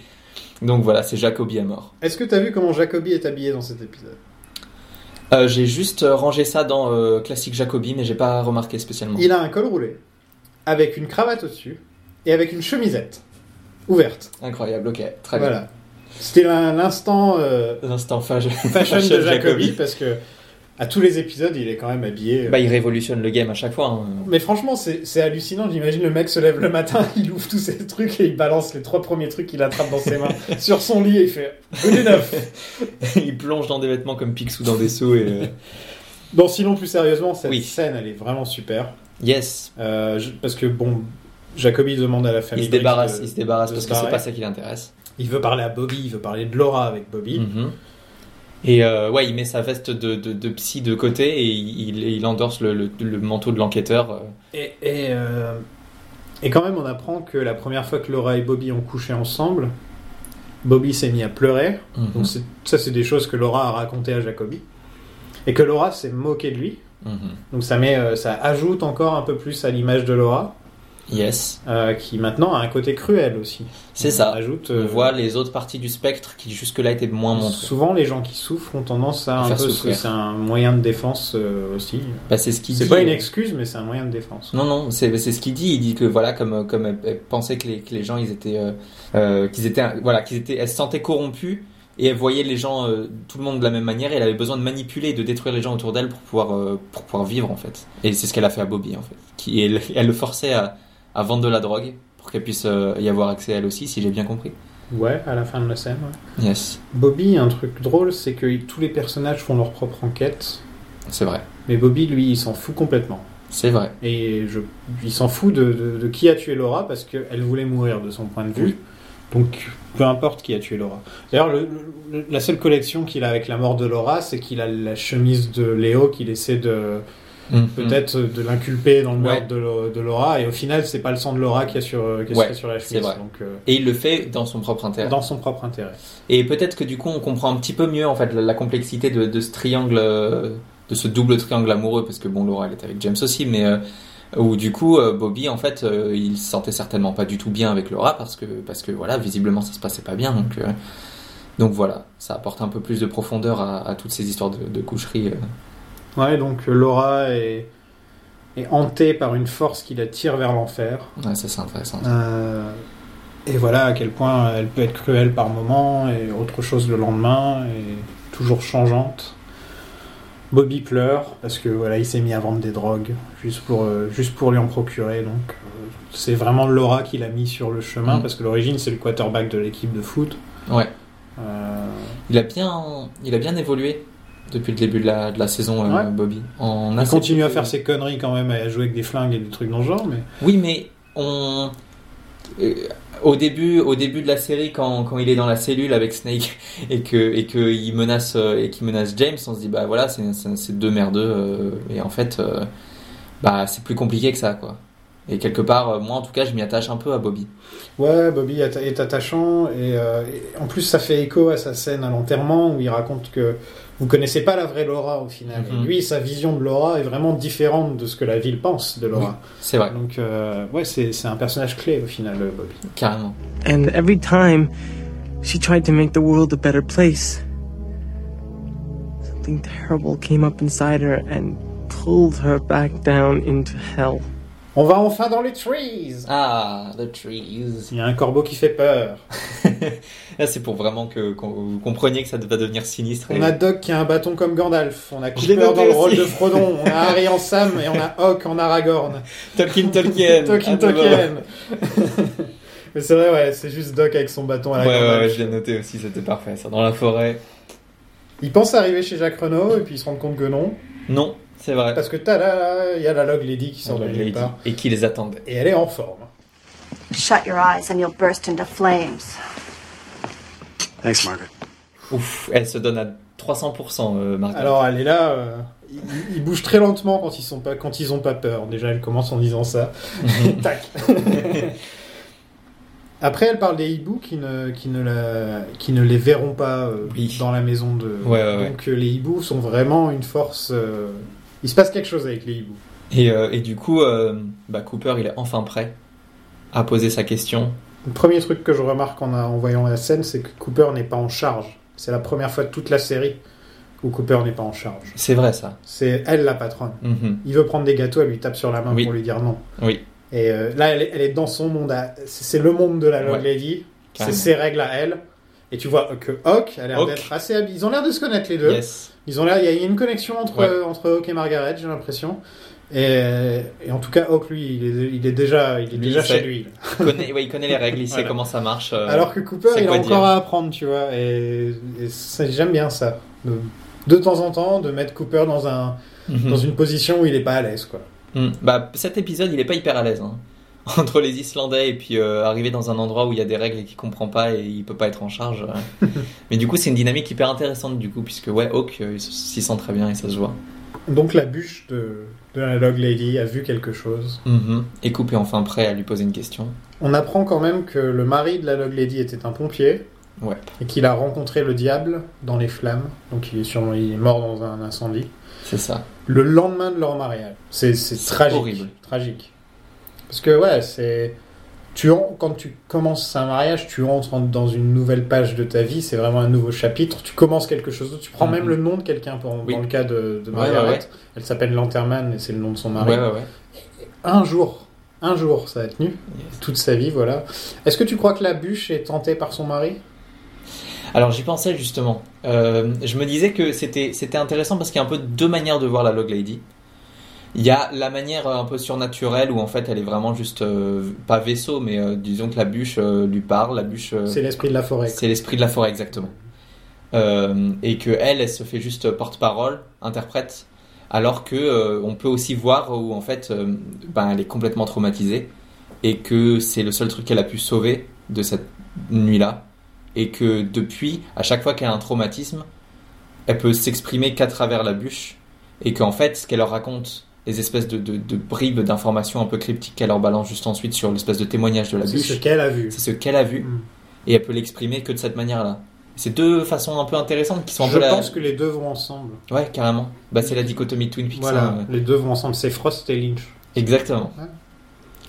C: Donc voilà, c'est Jacobi à mort.
B: Est-ce que t'as vu comment Jacobi est habillé dans cet épisode
C: Euh, j'ai juste euh, rangé ça dans euh, classique Jacobi, mais j'ai pas remarqué spécialement.
B: Il a un col roulé, avec une cravate au-dessus, et avec une chemisette ouverte.
C: Incroyable, ok, très bien.
B: voilà. C'était l'in- l'instant euh,
C: L'instant *laughs* fashion,
B: fashion
C: fashion
B: de *laughs* Jacobi, parce que à tous les épisodes, il est quand même habillé. euh,
C: Bah, il révolutionne le game à chaque fois. hein. *laughs*
B: Mais franchement, c'est c'est hallucinant. J'imagine le mec se lève le matin, *laughs* il ouvre tous ses trucs et il balance les trois premiers trucs qu'il attrape dans ses
C: *laughs*
B: mains sur son lit et il fait Good enough
C: il plonge dans des vêtements comme Picsou dans des seaux et. euh,
B: Bon, sinon, plus sérieusement, cette
C: Oui.
B: scène, elle est vraiment super.
C: Yes,
B: Euh, je- parce que, bon, Jacobi demande à la famille.
C: il se débarrasse,
B: Briggs de-
C: il se débarrasse
B: de
C: parce
B: se
C: que c'est
B: barrer.
C: pas ça qui l'intéresse.
B: Il veut parler à Bobby, il veut parler de Laura avec Bobby.
C: Mhm. Et euh, ouais, il met sa veste de, de, de psy de côté et il, il endorse le, le- le manteau de l'enquêteur. euh.
B: Et, et, euh, et quand même, on apprend que la première fois que Laura et Bobby ont couché ensemble, Bobby s'est mis à pleurer.
C: Mhm.
B: Donc, c'est- ça, c'est des choses que Laura a racontées à Jacobi. Et que Laura s'est moquée de lui.
C: Mhm.
B: Donc, ça, met, euh, ça ajoute encore un peu plus à l'image de Laura,
C: Yes,
B: euh, qui maintenant a un côté cruel aussi.
C: c'est ça.
B: Ajoute,
C: On
B: euh,
C: voit les autres parties du spectre qui jusque-là étaient moins montrées.
B: Souvent, les gens qui souffrent ont tendance à
C: À
B: un
C: faire
B: peu.
C: souffrir.
B: C'est un moyen de défense euh, aussi.
C: Bah, c'est ce qu'il
B: C'est
C: dit.
B: pas une excuse, mais c'est un moyen de défense.
C: Non, non, c'est c'est ce qu'il dit. Il dit que voilà, comme comme elle, elle pensait que les, que les gens ils étaient euh, euh, qu'ils étaient voilà qu'ils étaient, elle se sentait corrompue et elle voyait les gens euh, tout le monde de la même manière. Et elle avait besoin de manipuler et de détruire les gens autour d'elle pour pouvoir euh, pour pouvoir vivre en fait. Et c'est ce qu'elle a fait à Bobby en fait. Qui elle, elle le forçait à, à vendre de la drogue pour qu'elle puisse euh, y avoir accès elle aussi, si j'ai bien compris.
B: Ouais, à la fin de la scène. ouais.
C: Yes,
B: Bobby, un truc drôle, c'est que tous les personnages font leur propre enquête,
C: c'est vrai,
B: mais Bobby, lui, il s'en fout complètement.
C: c'est vrai.
B: Et je, il s'en fout de, de- de qui a tué Laura parce qu'elle voulait mourir de son point de vue. Donc, peu importe qui a tué Laura. D'ailleurs, le- le- la seule collection qu'il a avec la mort de Laura, c'est qu'il a la chemise de Léo qu'il essaie de,
C: Mhm.
B: peut-être euh, de l'inculper dans le
C: Ouais.
B: meurtre de, Lo- de Laura et au final c'est pas le sang de Laura qui est sur euh, qui est
C: Ouais,
B: sur- sur la
C: c'est
B: chemise
C: vrai.
B: donc euh,
C: Et il le fait dans son propre intérêt.
B: dans son propre intérêt
C: Et peut-être que du coup, on comprend un petit peu mieux en fait la, la complexité de, de ce triangle, euh, de ce double triangle amoureux, parce que bon, Laura elle était avec James aussi, mais euh, où du coup, euh, Bobby en fait, euh, il se sentait certainement pas du tout bien avec Laura parce que parce que voilà, visiblement ça se passait pas bien, donc euh, donc voilà, ça apporte un peu plus de profondeur à, à toutes ces histoires de, de coucherie. euh.
B: ouais donc euh, Laura est, est hantée par une force qui la tire vers l'enfer
C: Ouais, ça c'est intéressant.
B: Euh, et voilà à quel point elle peut être cruelle par moment et autre chose le lendemain et toujours changeante Bobby pleure parce que voilà il s'est mis à vendre des drogues juste pour euh, juste pour lui en procurer donc euh, c'est vraiment Laura qui l'a mis sur le chemin
C: Mm.
B: parce que l'origine c'est le quarterback de l'équipe de foot
C: Ouais.
B: Euh,
C: Il a bien, il a bien évolué depuis le début de la, de la saison, euh,
B: Ouais.
C: Bobby. En
B: il
C: assez
B: continue
C: peu
B: à
C: de-
B: faire ses conneries quand même à jouer avec des flingues et des trucs dans le genre mais
C: Oui, mais on. euh, Au début, au début de la série, quand, quand il est dans la cellule avec Snake *laughs* et que et que il menace euh, et qu'il menace James, on se dit bah voilà, c'est c'est- c'est deux merdeux euh, et en fait euh, bah c'est plus compliqué que ça quoi. Et quelque part, euh, moi en tout cas, je m'y attache un peu à Bobby.
B: Ouais, Bobby atta- est attachant et, euh, et en plus ça fait écho à sa scène à l'enterrement où il raconte que vous connaissez pas la vraie Laura au final.
C: Mhm.
B: Et lui, sa vision de Laura est vraiment différente de ce que la ville pense de Laura.
C: C'est vrai,
B: Donc euh, ouais, c'est c'est un personnage clé au final, euh, Bobby.
C: carrément.
I: And every time, she tried to make the world a better place. Something terrible came up inside her and pulled her back down into hell.
B: On va enfin dans les trees.
C: Ah, the trees.
B: Il y a un corbeau qui fait peur.
C: *laughs* Là, c'est pour vraiment que qu'on- vous compreniez que ça va devenir sinistre.
B: On
C: et-
B: a Doc qui a un bâton comme Gandalf. On a
C: l'ai
B: Cooper
C: noté
B: dans le rôle
C: aussi.
B: de Frodon. On a Harry en Sam et on a Hawk en Aragorn.
C: Tolkien, Tolkien.
B: *laughs* Tolkien,
C: Ah, bah, bah, bah.
B: Tolkien. *laughs* Mais c'est vrai, ouais, c'est juste Doc avec son bâton à la
C: Ouais, ouais,
B: Gandalf.
C: ouais, je l'ai noté aussi, c'était parfait. Ça, dans la forêt.
B: Ils pensent arriver chez Jacques Renault et puis ils se rendent compte que non.
C: Non, c'est vrai.
B: Parce que t'as là, il y a la Log Lady qui sort de
C: Lady
B: nulle part.
C: Et qui les attendait.
B: Et elle est en forme.
G: Shut your eyes and you'll burst into flames.
J: Thanks, Margaret.
C: Ouf, elle se donne à 300%, euh, Margaret.
B: Alors elle est là, euh, ils, ils bougent très lentement quand ils sont pas quand ils ont pas peur. Déjà elle commence en disant
C: *laughs*
B: ça. Tac. Après elle parle des hiboux qui ne qui ne la qui ne les verront pas euh,
C: Oui.
B: dans la maison de.
C: Ouais, ouais, ouais.
B: Donc euh, les hiboux sont vraiment une force. euh, Il se passe quelque chose avec les hiboux.
C: Et, euh, et du coup, euh, bah, Cooper, il est enfin prêt à poser sa question.
B: Le premier truc que je remarque en, en voyant la scène, c'est que Cooper n'est pas en charge. C'est la première fois de toute la série où Cooper n'est pas en charge.
C: C'est vrai, ça.
B: C'est elle la patronne.
C: Mhm.
B: Il veut prendre des gâteaux, elle lui tape sur la main
C: Oui.
B: pour lui dire non.
C: Oui.
B: Et euh, là, elle est, elle est dans son monde. à- C'est c'est le monde de la Log
C: Ouais.
B: Lady. C'est
C: Carrément.
B: ses règles à elle. Et tu vois que Hawk a l'air
C: Hawk.
B: d'être assez habi- Ils ont l'air de se connaître les deux.
C: Yes.
B: Ils ont l'air. Il y a- il y a une connexion entre,
C: Ouais.
B: euh, entre Hawk et Margaret, j'ai l'impression. Et, et en tout cas, Hawk, lui, il est, il est déjà, il est
C: Lui,
B: déjà
C: il
B: chez
C: sait.
B: lui.
C: Il connaît, ouais, il connaît les règles, il
B: *laughs*
C: sait
B: Voilà.
C: comment ça marche. euh,
B: Alors que Cooper,
C: c'est
B: il a
C: quoi
B: encore
C: dire.
B: à apprendre, tu vois. Et, et ça, j'aime bien ça. De, de temps en temps, de mettre Cooper dans, un,
C: mhm.
B: dans une position où il n'est pas à l'aise, quoi.
C: Mm. Bah, cet épisode, il est pas hyper à l'aise. hein. *laughs* Entre les Islandais et puis euh, arriver dans un endroit où il y a des règles et qu'il comprend pas et il peut pas être en charge.
B: *laughs*
C: euh. Mais du coup, c'est une dynamique hyper intéressante du coup, puisque ouais, Hawk euh, il s- s'y sent très bien et ça se voit.
B: Donc la bûche de, de la Log Lady a vu quelque chose.
C: Mhm. Et Coupe est enfin prêt à lui poser une question.
B: On apprend quand même que le mari de la Log Lady était un pompier
C: Ouais.
B: et qu'il a rencontré le diable dans les flammes. Donc il est sûrement il est mort dans un incendie.
C: C'est ça.
B: Le lendemain de leur mariage. C'est c'est
C: C'est
B: tragique.
C: horrible.
B: Tragique. Parce que ouais, c'est tu en- quand tu commences un mariage, tu entres en- dans une nouvelle page de ta vie. C'est vraiment un nouveau chapitre. Tu commences quelque chose. d'autre. Tu prends
C: Mhm.
B: même le nom de quelqu'un pour
C: Oui.
B: dans le cas de, de
C: Ouais,
B: Margaret.
C: ouais, ouais.
B: Elle s'appelle Lanterman et c'est le nom de son mari.
C: Ouais, ouais, ouais.
B: Un jour, un jour, ça a tenu.
C: Yes.
B: toute sa vie, voilà. Est-ce que tu crois que la bûche est tentée par son mari
C: Alors j'y pensais justement. Euh, je me disais que c'était c'était intéressant parce qu'il y a un peu deux manières de voir la Log Lady. Il y a la manière euh, un peu surnaturelle où en fait elle est vraiment juste euh, pas vaisseau mais euh, disons que la bûche euh, lui parle, la bûche euh,
B: C'est l'esprit de la forêt.
C: c'est l'esprit de la forêt exactement. Euh, et que elle elle se fait juste porte-parole, interprète alors que euh, on peut aussi voir où en fait euh, ben elle est complètement traumatisée et que c'est le seul truc qu'elle a pu sauver de cette nuit-là et que depuis, à chaque fois qu'elle a un traumatisme, elle peut s'exprimer qu'à travers la bûche et qu'en fait, ce qu'elle leur raconte, les espèces de, de- de bribes d'informations un peu cryptiques qu'elle leur balance juste ensuite sur l'espèce de témoignage de la
B: C'est ce
C: bûche,
B: qu'elle a vu.
C: c'est ce qu'elle a vu
B: Mm.
C: et elle peut l'exprimer que de cette manière-là. C'est deux façons un peu intéressantes qui sont un
B: Je
C: peu la-
B: pense que les deux vont ensemble.
C: Ouais, carrément. Bah, c'est la dichotomie de Twin Peaks.
B: voilà,
C: hein, ouais.
B: les deux vont ensemble. C'est Frost et Lynch.
C: Exactement.
B: Ouais.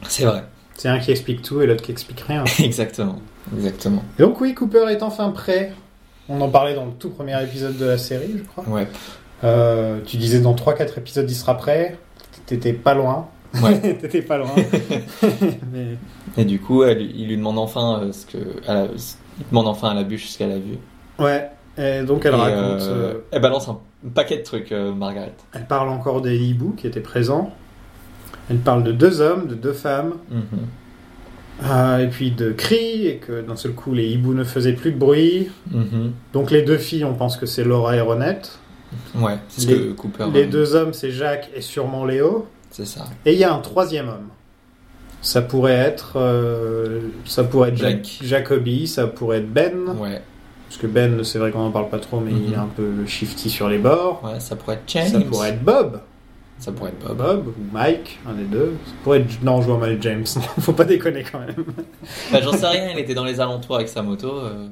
C: C'est vrai. *laughs*
B: C'est un qui explique tout et l'autre qui explique rien.
C: Exactement. Exactement.
B: Et donc oui, Cooper est enfin prêt. On en parlait dans le tout premier épisode de la série, je crois.
C: Ouais.
B: Euh, tu disais dans 3-4 épisodes, il sera prêt. T'étais pas loin.
C: Ouais.
B: *laughs* T'étais pas
C: *laughs*
B: loin. Mais
C: Et du coup, elle- il lui demande enfin euh, ce que, à la- il demande enfin à la bûche ce qu'elle a vu.
B: ouais. Et donc elle
C: Et,
B: raconte.
C: euh,
B: euh,
C: Elle balance un paquet de trucs, euh, Margaret.
B: Elle parle encore des hiboux qui étaient présents. Elle parle de deux hommes, de deux femmes,
C: Mhm.
B: euh, et puis de cris, et que d'un seul coup les hiboux ne faisaient plus de bruit.
C: Mhm.
B: Donc les deux filles, on pense que c'est Laura et Ronette.
C: Ouais, c'est ce
B: Les-
C: que Cooper.
B: Les
C: euh,
B: deux hommes, c'est Jacques et sûrement Léo.
C: C'est ça.
B: Et il y a un troisième homme. Ça pourrait être, euh, ça pourrait être Jack-
C: Jack.
B: Jacoby, ça pourrait être Ben,
C: Ouais,
B: parce que Ben, c'est vrai qu'on en parle pas trop, mais il est
C: Mhm.
B: un peu shifty sur les bords.
C: ouais, ça pourrait être James.
B: Ça pourrait être Bob.
C: Ça pourrait être Bob.
B: Bob ou Mike, un des deux. Ça pourrait être- Non, je vois mal James. *laughs* Faut pas déconner quand même.
C: Bah, j'en sais rien. Il était dans les alentours avec sa moto. euh.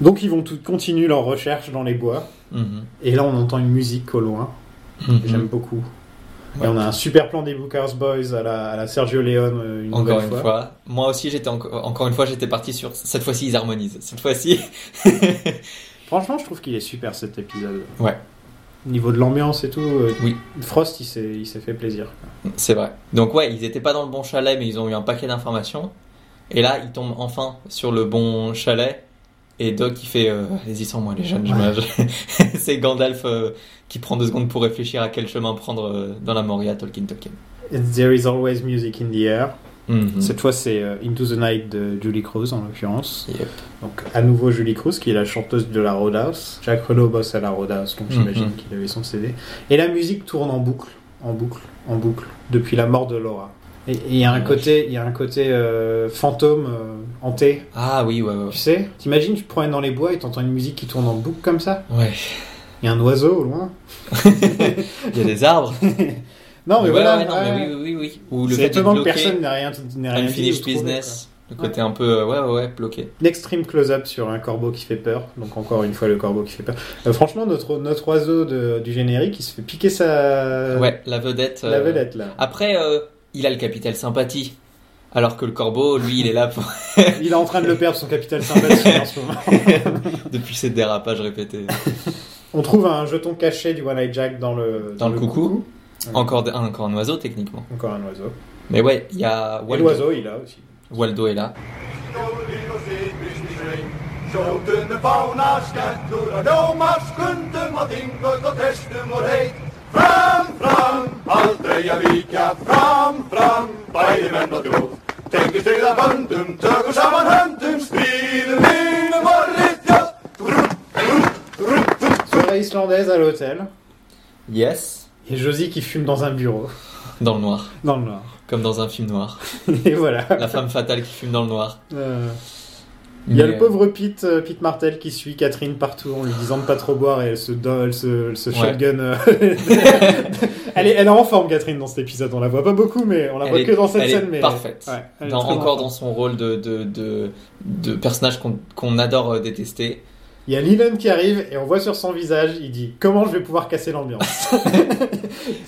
B: Donc ils vont tout, continuer leur recherche dans les bois.
C: Mhm.
B: Et là, on entend une musique au loin. que J'aime
C: Mhm.
B: beaucoup. Et
C: Ouais.
B: on a un super plan des Booker's Boys à la, à la Sergio Leone euh, une
C: Encore
B: nouvelle
C: une
B: fois.
C: fois. Moi aussi, j'étais enco- encore une fois, j'étais parti sur. Cette fois-ci, ils harmonisent. Cette fois-ci. *laughs*
B: Franchement, je trouve qu'il est super cet épisode.
C: Ouais.
B: Au niveau de l'ambiance et tout, euh,
C: Oui.
B: Frost, il s'est il s'est fait plaisir.
C: C'est vrai. Donc ouais, ils étaient pas dans le bon chalet, mais ils ont eu un paquet d'informations. Et là, ils tombent enfin sur le bon chalet Et Doc, il fait euh, Allez-y sans moi, les jeunes. je me- je- *laughs* c'est Gandalf euh, qui prend deux secondes pour réfléchir à quel chemin prendre euh, dans la Moria Tolkien Tolkien.
B: There is always music in the air.
C: Mhm.
B: Cette fois, c'est euh, Into the Night de Julie Cruz, en l'occurrence.
C: Yep.
B: Donc, à nouveau, Julie Cruz, qui est la chanteuse de la Roadhouse. Jacques Renaud bosse à la Roadhouse, donc j'imagine
C: Mhm.
B: qu'il avait son CD. Et la musique tourne en boucle, en boucle, en boucle, depuis la mort de Laura. Et et il y a un
C: Ouais.
B: côté, il y a un côté euh, fantôme, euh, hanté.
C: Ah oui, ouais, ouais.
B: Tu sais, t'imagines, tu te promènes dans les bois et t'entends une musique qui tourne en boucle comme ça *laughs*
C: Ouais. *laughs*
B: Il y a un oiseau au loin
C: Il y a des arbres.
B: Non, mais
C: Ouais,
B: voilà.
C: ouais, non, mais
B: ouais.
C: oui, oui, oui, oui. Ou le
B: C'est
C: fait de
B: étonnant que
C: bloquer
B: personne n'a rien, n'a rien dit.
C: unfinished
B: ou trouvé,
C: business, le
B: Ouais.
C: côté un peu, euh, ouais, ouais, ouais, bloqué.
B: L'extreme close-up sur un corbeau qui fait peur. Donc encore une fois le corbeau qui fait peur. Euh, franchement notre notre oiseau de- du générique il se fait piquer sa
C: ouais, la vedette.
B: la
C: euh,
B: vedette
C: *laughs*
B: là.
C: Après, euh, il a le capital sympathie. Alors que le corbeau, lui, il est là pour- *laughs*
B: Il est en train de le perdre son capital sympathie en ce moment.
C: depuis ses dérapages
B: *laughs*
C: répétés.
B: On trouve un jeton caché du One Eye Jack dans le
C: Dans le coucou.
B: Ouais.
C: Encore, d- un, encore un oiseau, techniquement.
B: Encore un oiseau.
C: Mais ouais, il y a
B: Et
C: Waldo.
B: l'oiseau il a aussi.
C: Waldo est là.
B: Soirée islandaise à l'hôtel.
C: Yes.
B: Et Josie qui fume dans un bureau
C: Dans le noir.
B: dans le noir.
C: Comme dans un
B: *laughs*
C: film noir.
B: Et voilà.
C: La femme fatale qui fume dans le noir.
B: Euh, Il y a
C: Mais,
B: le pauvre Pete, euh, Pete Martel qui suit Catherine partout en lui disant de pas trop boire et elle se, do- elle se, elle se
C: Ouais.
B: shotgun. euh, *laughs* elle, est, elle est en forme Catherine dans cet épisode, on la voit pas beaucoup mais on la
C: Elle
B: voit
C: est-
B: que dans cette
C: elle est
B: scène. mais
C: parfaite.
B: Ouais, elle est
C: dans-
B: très en
C: encore
B: forme.
C: dans son rôle de, de, de, de personnage qu'on qu'on adore
B: *laughs*
C: euh, détester.
B: Il y a Leland qui arrive et on voit sur son visage, il dit comment je vais pouvoir casser
C: *laughs*
B: l'ambiance.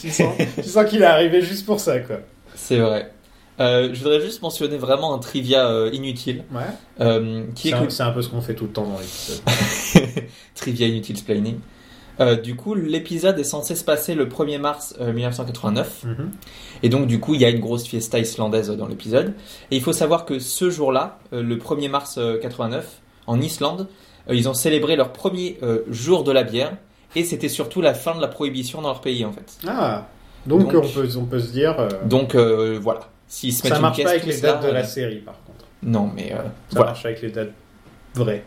B: tu sens, tu sens qu'il est arrivé juste pour ça quoi.
C: C'est vrai. Euh, je voudrais juste mentionner vraiment un trivia euh, inutile.
B: Ouais.
C: euh, qui est
B: C'est un,
C: que-
B: c'est un peu ce qu'on fait tout le temps dans l'épisode.
C: *laughs* Trivia inutile splaining. Euh, du coup, l'épisode est censé se passer le 1er mars euh, 1989.
B: Mhm.
C: Et donc, du coup, il y a une grosse fiesta islandaise euh, dans l'épisode. Et il faut savoir que ce jour-là, euh, le 1er mars euh, 89, en Islande, euh, ils ont célébré leur premier euh, jour de la bière. Et c'était surtout la fin de la prohibition dans leur pays, en fait.
B: Ah, donc,
C: Donc-
B: on, peut, on peut se dire. euh,
C: Donc, euh, voilà. S'ils se mettent
B: ça
C: une
B: marche
C: caisse
B: pas avec
C: tout
B: les
C: ça,
B: dates de
C: euh,
B: la série par contre.
C: Non, mais euh,
B: Ça
C: voilà.
B: marche avec les dates vraies.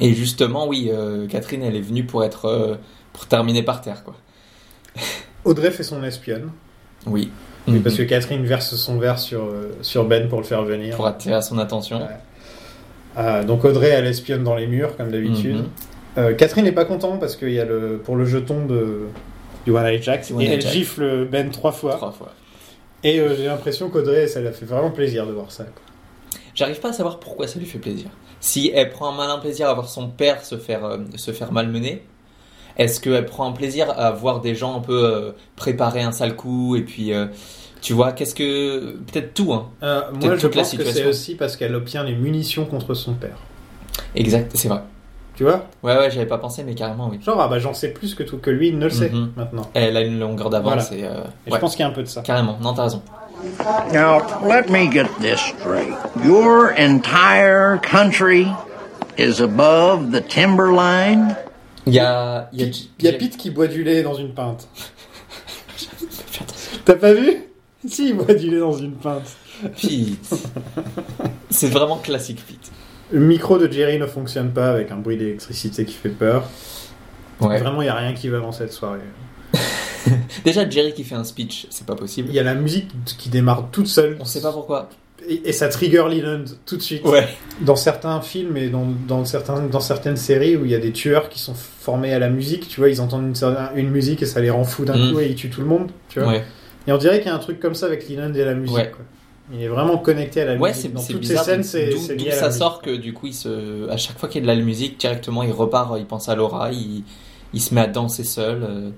C: Et justement, oui, euh, Catherine, elle est venue pour être... euh, pour terminer par terre, quoi.
B: Audrey fait son espionne.
C: Oui.
B: Oui,
C: Mhm.
B: parce que Catherine verse son verre sur, euh, sur Ben pour le faire venir.
C: Pour attirer son attention.
B: Ouais. Ah, donc Audrey, elle espionne dans les murs, comme d'habitude.
C: Mhm.
B: Euh, Catherine n'est pas contente parce qu'il y a le, pour le jeton de, du One Eye Jack.
C: Du One
B: et
C: Eye
B: elle
C: Jack.
B: gifle Ben trois fois.
C: Trois fois.
B: Et euh, j'ai l'impression qu'Audrey, ça l'a fait vraiment plaisir de voir ça. quoi.
C: J'arrive pas à savoir pourquoi ça lui fait plaisir. Si elle prend un malin plaisir à voir son père se faire, euh, se faire malmener, est-ce qu'elle prend un plaisir à voir des gens un peu euh, préparer un sale coup et puis, euh, tu vois, qu'est-ce que... Peut-être tout, hein.
B: Euh, moi,
C: Peut-être
B: je
C: toute la
B: pense que c'est
C: situation.
B: aussi parce qu'elle obtient les munitions contre son père.
C: Exact, c'est vrai.
B: Tu vois
C: Ouais, ouais, j'avais pas pensé, mais carrément, oui.
B: Genre, ah bah j'en sais plus que tout que lui, il ne le sait
C: Mhm.
B: maintenant.
C: Elle a une longueur d'avance et... euh,
B: Et
C: ouais,
B: je pense qu'il y a un peu de ça.
C: carrément. Non, t'as raison.
F: Now, let me get this straight. Your entire country is above the timber line?
C: Il y a... Il y a,
B: Il y a Pete qui boit du lait dans une
C: *laughs*
B: pinte.
C: Fais attention.
B: T'as pas vu Si, il boit du lait dans une pinte.
C: Pete.
B: *laughs*
C: c'est vraiment classique, Pete.
B: Le micro de Jerry ne fonctionne pas avec un bruit d'électricité qui fait peur.
C: Ouais.
B: Vraiment, il n'y a rien qui va dans cette soirée.
C: Déjà, Jerry qui fait un speech, c'est pas possible.
B: Il y a la musique qui démarre toute seule.
C: On sait pas pourquoi.
B: Et, et ça trigger Leland tout de suite.
C: Ouais.
B: Dans certains films et dans, dans, certains, dans certaines séries où il y a des tueurs qui sont formés à la musique, tu vois, ils entendent une, cer- une musique et ça les rend fous d'un
C: Mhm.
B: coup et ils tuent tout le monde. Tu vois.
C: Ouais,
B: Et on dirait qu'il y a un truc comme ça avec Leland et la musique.
C: Ouais.
B: quoi. Il est vraiment connecté à la
C: ouais
B: musique.
C: c'est
B: Dans
C: c'est
B: toutes
C: bizarre.
B: ces scènes,
C: d'où-
B: c'est c'est
C: d'où
B: lié à la
C: ça
B: musique.
C: sort que du coup, il se... à chaque fois qu'il y a de la musique, directement, il repart, il pense à Laura, il, il se met à danser seul. euh.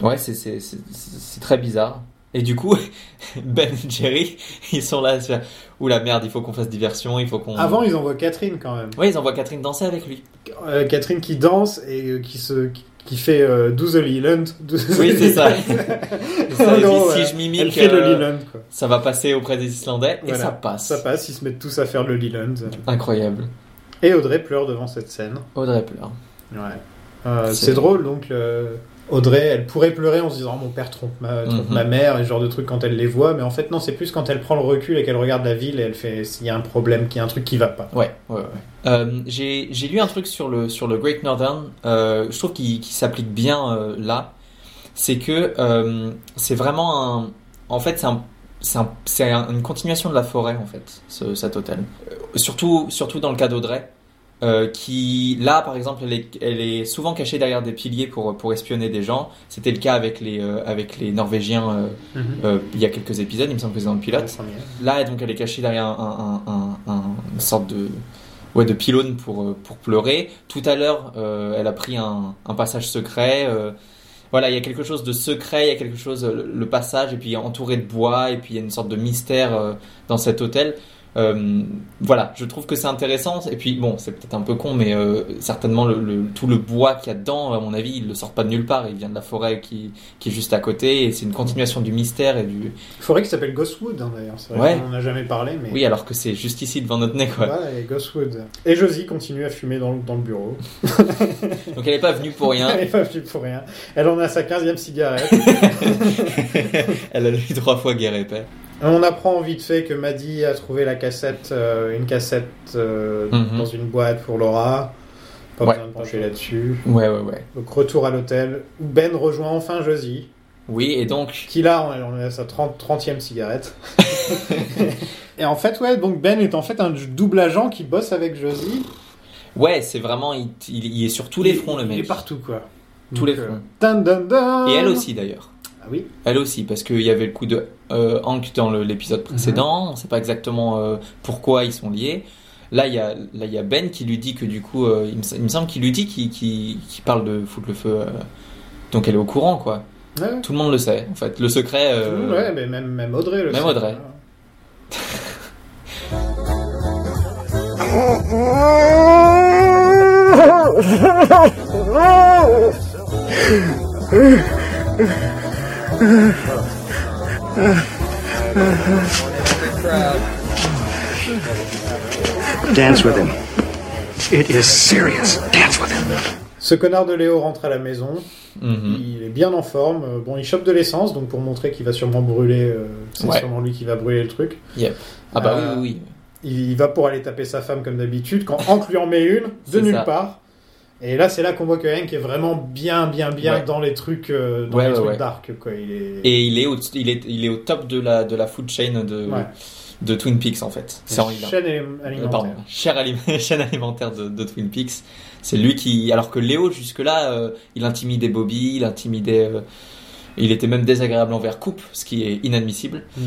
C: Ouais, c'est- c'est c'est- c'est- c'est très bizarre. Et du coup, *laughs* Ben et Jerry, *laughs* ils sont là à se faire Ouh la merde, il faut qu'on fasse diversion, il faut qu'on.
B: Avant, ils envoient Catherine quand même.
C: Ouais, ils envoient Catherine danser
B: *laughs*
C: avec lui.
B: Euh, Catherine qui danse et euh, qui se qui- qui fait euh, Do the Leland. *laughs* Do the
C: Oui, c'est ça.
B: Leland. *laughs*
C: C'est ça,
B: En gros,
C: si
B: Oh ouais.
C: je mimique,
B: Elle fait le
C: euh, Ah,
B: Leland. Quoi.
C: ça va passer auprès des Islandais et
B: Voilà.
C: ça passe.
B: Ça passe, ils se mettent tous à faire le Leland.
C: Incroyable.
B: Et Audrey pleure devant cette scène.
C: Audrey pleure.
B: Ouais. Euh, c'est drôle, donc euh, Audrey, elle pourrait pleurer en se disant Oh, mon père trompe, ma, trompe
C: Mhm.
B: ma mère et ce genre de truc quand elle les voit, mais en fait, non, c'est plus quand elle prend le recul et qu'elle regarde la ville et elle fait S'il y a un problème, qu'il y a un truc qui va pas.
C: Ouais, ouais, ouais. Euh, j'ai j'ai lu un truc sur le, sur le Great Northern, euh, je trouve qu'il qu'il s'applique bien euh, là. C'est que euh, c'est vraiment un. En fait, c'est un- c'est un- c'est un- une continuation de la forêt, en fait, ce- cet hôtel. Euh, surtout, surtout dans le cas d'Audrey, euh, qui, là, par exemple, elle est, elle est souvent cachée derrière des piliers pour, pour espionner des gens. C'était le cas avec les, euh, avec les Norvégiens euh,
B: Mhm.
C: euh, il y a quelques épisodes, il me semble que c'est dans le pilote.
B: Premier.
C: Là, donc, elle est cachée derrière un- un- un- un- une sorte de, ouais, de pylône pour, euh, pour pleurer. Tout à l'heure, euh, elle a pris un, un passage secret. euh, voilà, il y a quelque chose de secret, il y a quelque chose, euh, le passage, et puis entouré de bois, et puis il y a une sorte de mystère euh, dans cet hôtel. Euh, voilà, je trouve que c'est intéressant. Et puis, bon, c'est peut-être un peu con, mais euh, certainement le, le- tout le bois qu'il y a dedans, à mon avis, il ne le sort pas de nulle part. Il vient de la forêt qui, qui est juste à côté, et c'est une continuation du mystère et du,
B: Forêt qui s'appelle Ghostwood, hein, d'ailleurs. C'est vrai
C: Ouais.
B: qu'on n'en a jamais parlé, mais.
C: oui, alors que c'est juste ici devant notre nez, quoi.
B: Voilà, et Ghostwood. Et Josie continue à fumer dans le, dans le bureau.
C: Donc elle n'est pas venue pour rien.
B: *laughs*
C: *laughs*
B: Elle est pas fumée pour rien. Elle en a sa 15e cigarette.
C: elle a lu trois fois guerre épais.
B: On apprend vite fait que Maddy a trouvé la cassette, euh, une cassette euh,
C: Mhm.
B: dans une boîte pour Laura. Pas
C: Ouais.
B: besoin de pencher là-dessus.
C: Ouais, ouais, ouais.
B: Donc retour à l'hôtel où Ben rejoint enfin Josie,
C: Oui, et donc.
B: qui là on est à sa 30, 30e
C: *laughs*
B: cigarette. *laughs* et en fait, ouais, donc Ben est en fait un double agent qui bosse avec Josie.
C: Ouais, c'est vraiment. Il, il- il est sur tous les fronts, le mec.
B: Il est partout quoi.
C: Tous les
B: Donc,
C: fronts.
B: euh, dun, dun, dun.
C: Et elle aussi, d'ailleurs.
B: Ah oui.
C: Elle aussi, parce qu'il y avait le coup de euh, Hank dans le- l'épisode précédent.
B: Mhm.
C: On ne sait pas exactement euh, pourquoi ils sont liés. Là, il y a, là, il y a Ben qui lui dit que du coup. euh, il, me, il me semble qu'il lui dit qu'il qu'il- qu'il parle de foutre le feu. euh, donc elle est au courant, quoi.
B: Ouais, ouais.
C: Tout le monde le sait, en fait. Le secret.
B: Tout le
C: euh,
B: monde, ouais, mais même, même Audrey le
C: Même
B: sait. hein.
C: Audrey.
J: Dance with him. It is serious. Dance with him.
B: Ce connard de Léo rentre à la maison.
C: mhm.
B: Il est bien en forme. Euh, Bon, il chope de l'essence, donc pour montrer qu'il va sûrement brûler, euh, c'est
C: Ouais.
B: sûrement lui qui va brûler le truc.
C: Yep. Ah bah
B: Euh,
C: oui, oui, oui.
B: Il, il va pour aller taper sa femme comme d'habitude, quand Hank lui en met une, de
C: C'est
B: nulle
C: ça.
B: part. Et là, c'est là qu'on voit que Hank est vraiment bien, bien, bien
C: Ouais.
B: dans les trucs, euh, dans
C: Ouais,
B: les
C: ouais,
B: trucs
C: ouais.
B: dark. Quoi. Il est...
C: Et il est au, il est, il est au top de la, de la food chain de,
B: Ouais.
C: de Twin Peaks en fait. C'est en Euh,
B: chaîne alim- alimentaire.
C: Pardon, chaîne alim- *laughs* chaîne alimentaire de, de Twin Peaks. C'est lui qui, alors que Léo jusque-là, euh, il intimidait Bobby, il intimidait, euh, il était même désagréable envers Coupe, ce qui est inadmissible.
B: Mm.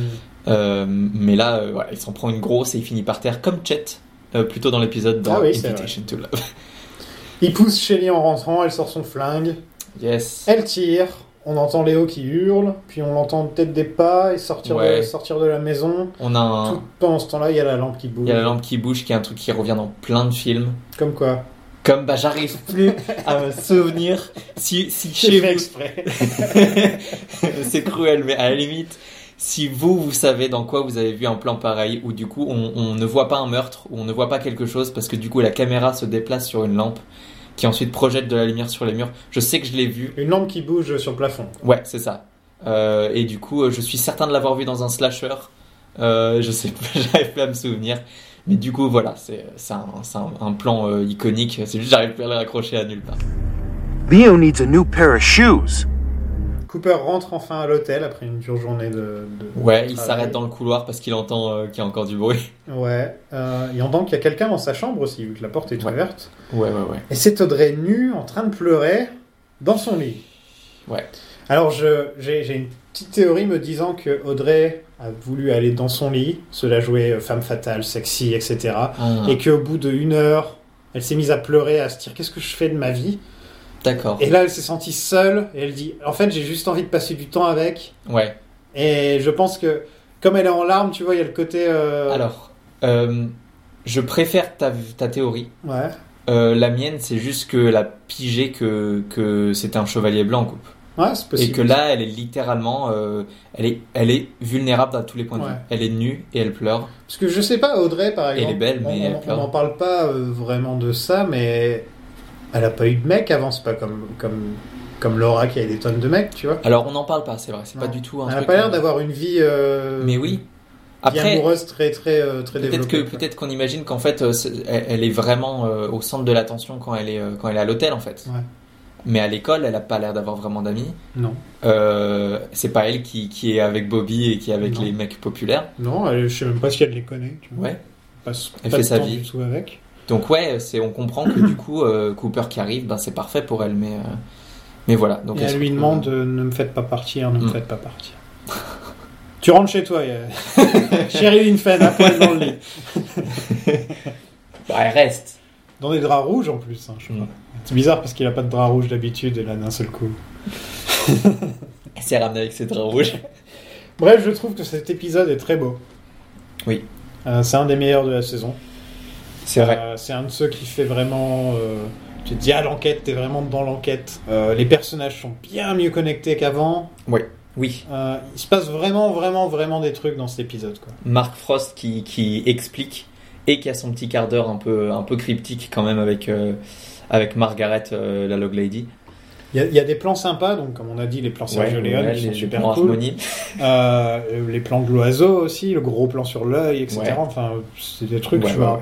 C: Euh, mais là, euh, voilà, il s'en prend une grosse et il finit par terre comme Chet, euh, plutôt dans l'épisode dans
B: Ah oui, c'est
C: Invitation to Love. *laughs*
B: Il pousse Shelly en rentrant, elle sort son flingue,
C: Yes.
B: elle tire. On entend Léo qui hurle, puis on entend peut-être des pas et sortir, de,
C: Ouais.
B: sortir de la maison.
C: On a un-
B: Tout pendant ce temps-là, il y a la lampe qui bouge.
C: il y a la lampe qui bouge, qui est un truc qui revient dans plein de films.
B: Comme quoi
C: Comme bah j'arrive plus à me souvenir si, si
B: J'ai
C: chez
B: fait
C: vous
B: exprès.
C: *laughs* c'est cruel mais à la limite si vous vous savez dans quoi vous avez vu un plan pareil où du coup on, on ne voit pas un meurtre ou on ne voit pas quelque chose parce que du coup la caméra se déplace sur une lampe qui ensuite projette de la lumière sur les murs je sais que je l'ai vu
B: *laughs* Une lampe qui bouge sur le plafond.
C: ouais c'est ça Euh, et du coup euh, je suis certain de l'avoir vu dans un slasher Euh, je sais pas *laughs* j'arrive plus à me souvenir mais du coup voilà c'est c'est un, c'est un- un plan euh, iconique c'est juste j'arrive plus à le raccrocher à nulle part
J: Leo needs a new pair of shoes.
B: Cooper rentre enfin à l'hôtel après une dure journée de. de-
C: Ouais, il
B: travail.
C: s'arrête dans le couloir parce qu'il entend euh, qu'il y a encore du bruit.
B: Ouais. Euh, il entend qu'il y a quelqu'un dans sa chambre aussi, vu que la porte est
C: Ouais.
B: ouverte.
C: Ouais, ouais, ouais.
B: Et c'est Audrey nue, en train de pleurer, dans son lit.
C: Ouais.
B: Alors, je- j'ai j'ai une petite théorie me disant que Audrey a voulu aller dans son lit, se la jouer euh, femme fatale, sexy, etc.
C: Ah,
B: Et qu'au bout de une heure, elle s'est mise à pleurer, à se dire qu'est-ce que je fais de ma vie
C: D'accord.
B: Et là, elle s'est sentie seule et elle dit en fait, j'ai juste envie de passer du temps avec.
C: Ouais.
B: Et je pense que, comme elle est en larmes, tu vois, il y a le côté. euh,
C: Alors, euh, je préfère ta, ta théorie.
B: Ouais.
C: Euh, la mienne, c'est juste que la pigé que, que c'était un chevalier blanc, coupe.
B: Ouais, c'est possible.
C: Et que là, elle est littéralement, euh, elle, est, elle est vulnérable à tous les points de
B: Ouais.
C: vue. Elle est nue et elle pleure.
B: Parce que je sais pas, Audrey, par
C: Elle
B: exemple.
C: est belle, mais elle
B: on
C: pleure.
B: n'en parle pas euh, vraiment de ça, mais elle a pas eu de mec avant, c'est pas comme, comme, comme Laura qui a eu des tonnes de mecs, tu vois.
C: Alors on n'en parle pas, c'est vrai, c'est pas
B: Non.
C: du tout un
B: elle a
C: truc.
B: pas l'air
C: euh,
B: d'avoir une vie, euh,
C: Mais oui.
B: vie
C: Après,
B: amoureuse très, très, euh, très
C: peut-être que
B: développée.
C: peut-être qu'on imagine qu'en fait, euh, c'est- elle, elle est vraiment euh, au centre de l'attention quand elle est euh, quand elle est à l'hôtel en fait.
B: Ouais.
C: Mais à l'école, elle a pas l'air d'avoir vraiment d'amis.
B: Non.
C: Euh, c'est pas elle qui, qui est avec Bobby et qui est avec
B: Non.
C: les mecs populaires.
B: Non, elle- je sais même pas si elle les connaît, tu vois.
C: Ouais.
B: Elle Passe
C: Elle
B: pas
C: fait
B: de
C: sa
B: temps
C: vie.
B: du tout avec.
C: Donc ouais, c'est on comprend que du coup euh, Cooper qui arrive, ben c'est parfait pour elle, mais euh, mais voilà. Donc
B: et
C: se
B: elle lui
C: retrouve-
B: demande euh, ne me faites pas partir, ne me
C: Mm.
B: faites pas partir. *laughs* tu rentres chez toi, euh, *laughs* chérie Linfen, à poil dans le lit.
C: Bah, elle reste.
B: Dans des draps rouges en plus, hein, je crois.
C: Mm.
B: C'est bizarre parce qu'il a pas de draps rouges d'habitude et là d'un seul coup.
C: Elle s'est ramenée avec ses draps rouges.
B: Bref, je trouve que cet épisode est très beau.
C: Oui.
B: Euh, c'est un des meilleurs de la saison.
C: C'est vrai.
B: Euh, c'est un de ceux qui fait vraiment. euh, tu te dis, ah, l'enquête, t'es vraiment dans l'enquête. Euh, les personnages sont bien mieux connectés qu'avant.
C: Oui.
B: Euh, il se passe vraiment, vraiment, vraiment des trucs dans cet épisode. Quoi.
C: Mark Frost qui, qui explique et qui a son petit quart d'heure un peu un peu cryptique quand même avec euh, avec Margaret euh, la log lady.
B: Il, y a, il y a des plans sympas, donc comme on a dit, les plans Sergio Leone
C: ouais,
B: qui
C: les-
B: sont
C: les
B: super
C: plans en
B: cool.
C: harmonie.
B: Euh, les plans de l'oiseau aussi, le gros plan sur l'œil, etc.
C: Ouais.
B: Enfin, c'est des trucs.
C: Ouais,
B: je,
C: ouais,
B: me-
C: ouais.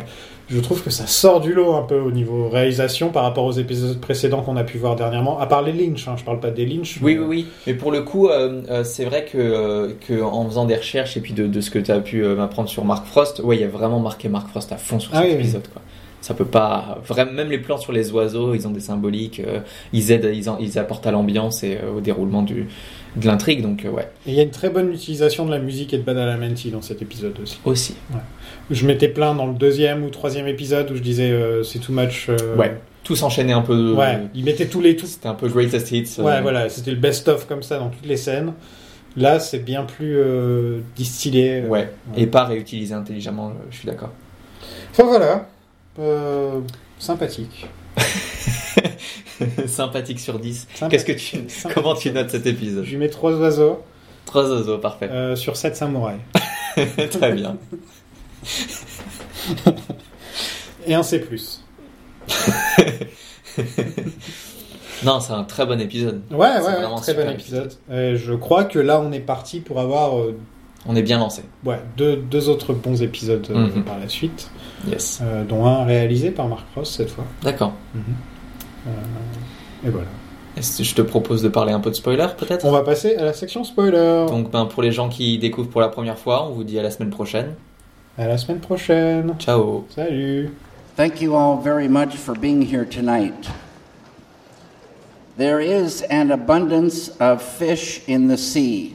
B: je trouve que ça sort du lot un peu au niveau réalisation par rapport aux épisodes précédents qu'on a pu voir dernièrement. À part les Lynch, hein, je parle pas des Lynch.
C: Oui,
B: mais-
C: oui, oui. Mais pour le coup, euh, euh, c'est vrai que, euh, que en faisant des recherches et puis de, de ce que tu as pu euh, m'apprendre sur Mark Frost, ouais, il y a vraiment marqué Mark Frost à fond sur
B: Ah
C: cet
B: oui, oui.
C: épisode. Quoi. Ça peut pas. Vraiment, même les plans sur les oiseaux, ils ont des symboliques, euh, ils aident, ils, en- ils apportent à l'ambiance et euh, au déroulement du, de l'intrigue. Donc, euh, ouais,
B: Et il y a une très bonne utilisation de la musique et de Badalamenti dans cet épisode aussi.
C: aussi.
B: Je m'étais plaint dans le deuxième ou troisième épisode où je disais euh, c'est too much. euh,
C: Ouais. Tout s'enchaînait un peu.
B: Ouais, ils mettaient tous les tous.
C: C'était un peu greatest hits. euh,
B: Ouais, voilà, c'était le best-of comme ça dans toutes les scènes. Là, c'est bien plus euh, distillé.
C: Ouais. Et pas réutilisé intelligemment, euh, je suis d'accord. *laughs*
B: Enfin voilà, Euh, sympathique.
C: Sympathique sur 10.
B: Sympa-
C: Qu'est-ce que tu.
B: Sympathique
C: Comment tu
B: sur
C: notes cet épisode
B: Je lui mets trois oiseaux
C: Trois oiseaux, parfait.
B: euh, sur 7 samouraïs.
C: *laughs* Très bien.
B: Et un C. plus.
C: Non, c'est un très bon épisode.
B: Ouais, ouais,
C: C'est
B: ouais,
C: vraiment un
B: très bon
C: super
B: épisode. Et je crois que là, on est parti pour avoir euh,
C: On est bien lancé.
B: ouais, deux, deux autres bons épisodes euh,
C: Mhm.
B: par la suite,
C: Yes.
B: euh, dont un réalisé par Mark Ross cette fois.
C: D'accord.
B: Et voilà.
C: Est-ce que Je te propose de parler un peu de spoiler, peut-être.
B: On va passer à la section spoiler.
C: Donc, ben, pour les gens qui découvrent pour la première fois, on vous dit à la semaine prochaine.
B: À la semaine prochaine.
C: Ciao.
B: Salut.
F: Thank you all very much for being here tonight. There is an abundance of fish in the sea,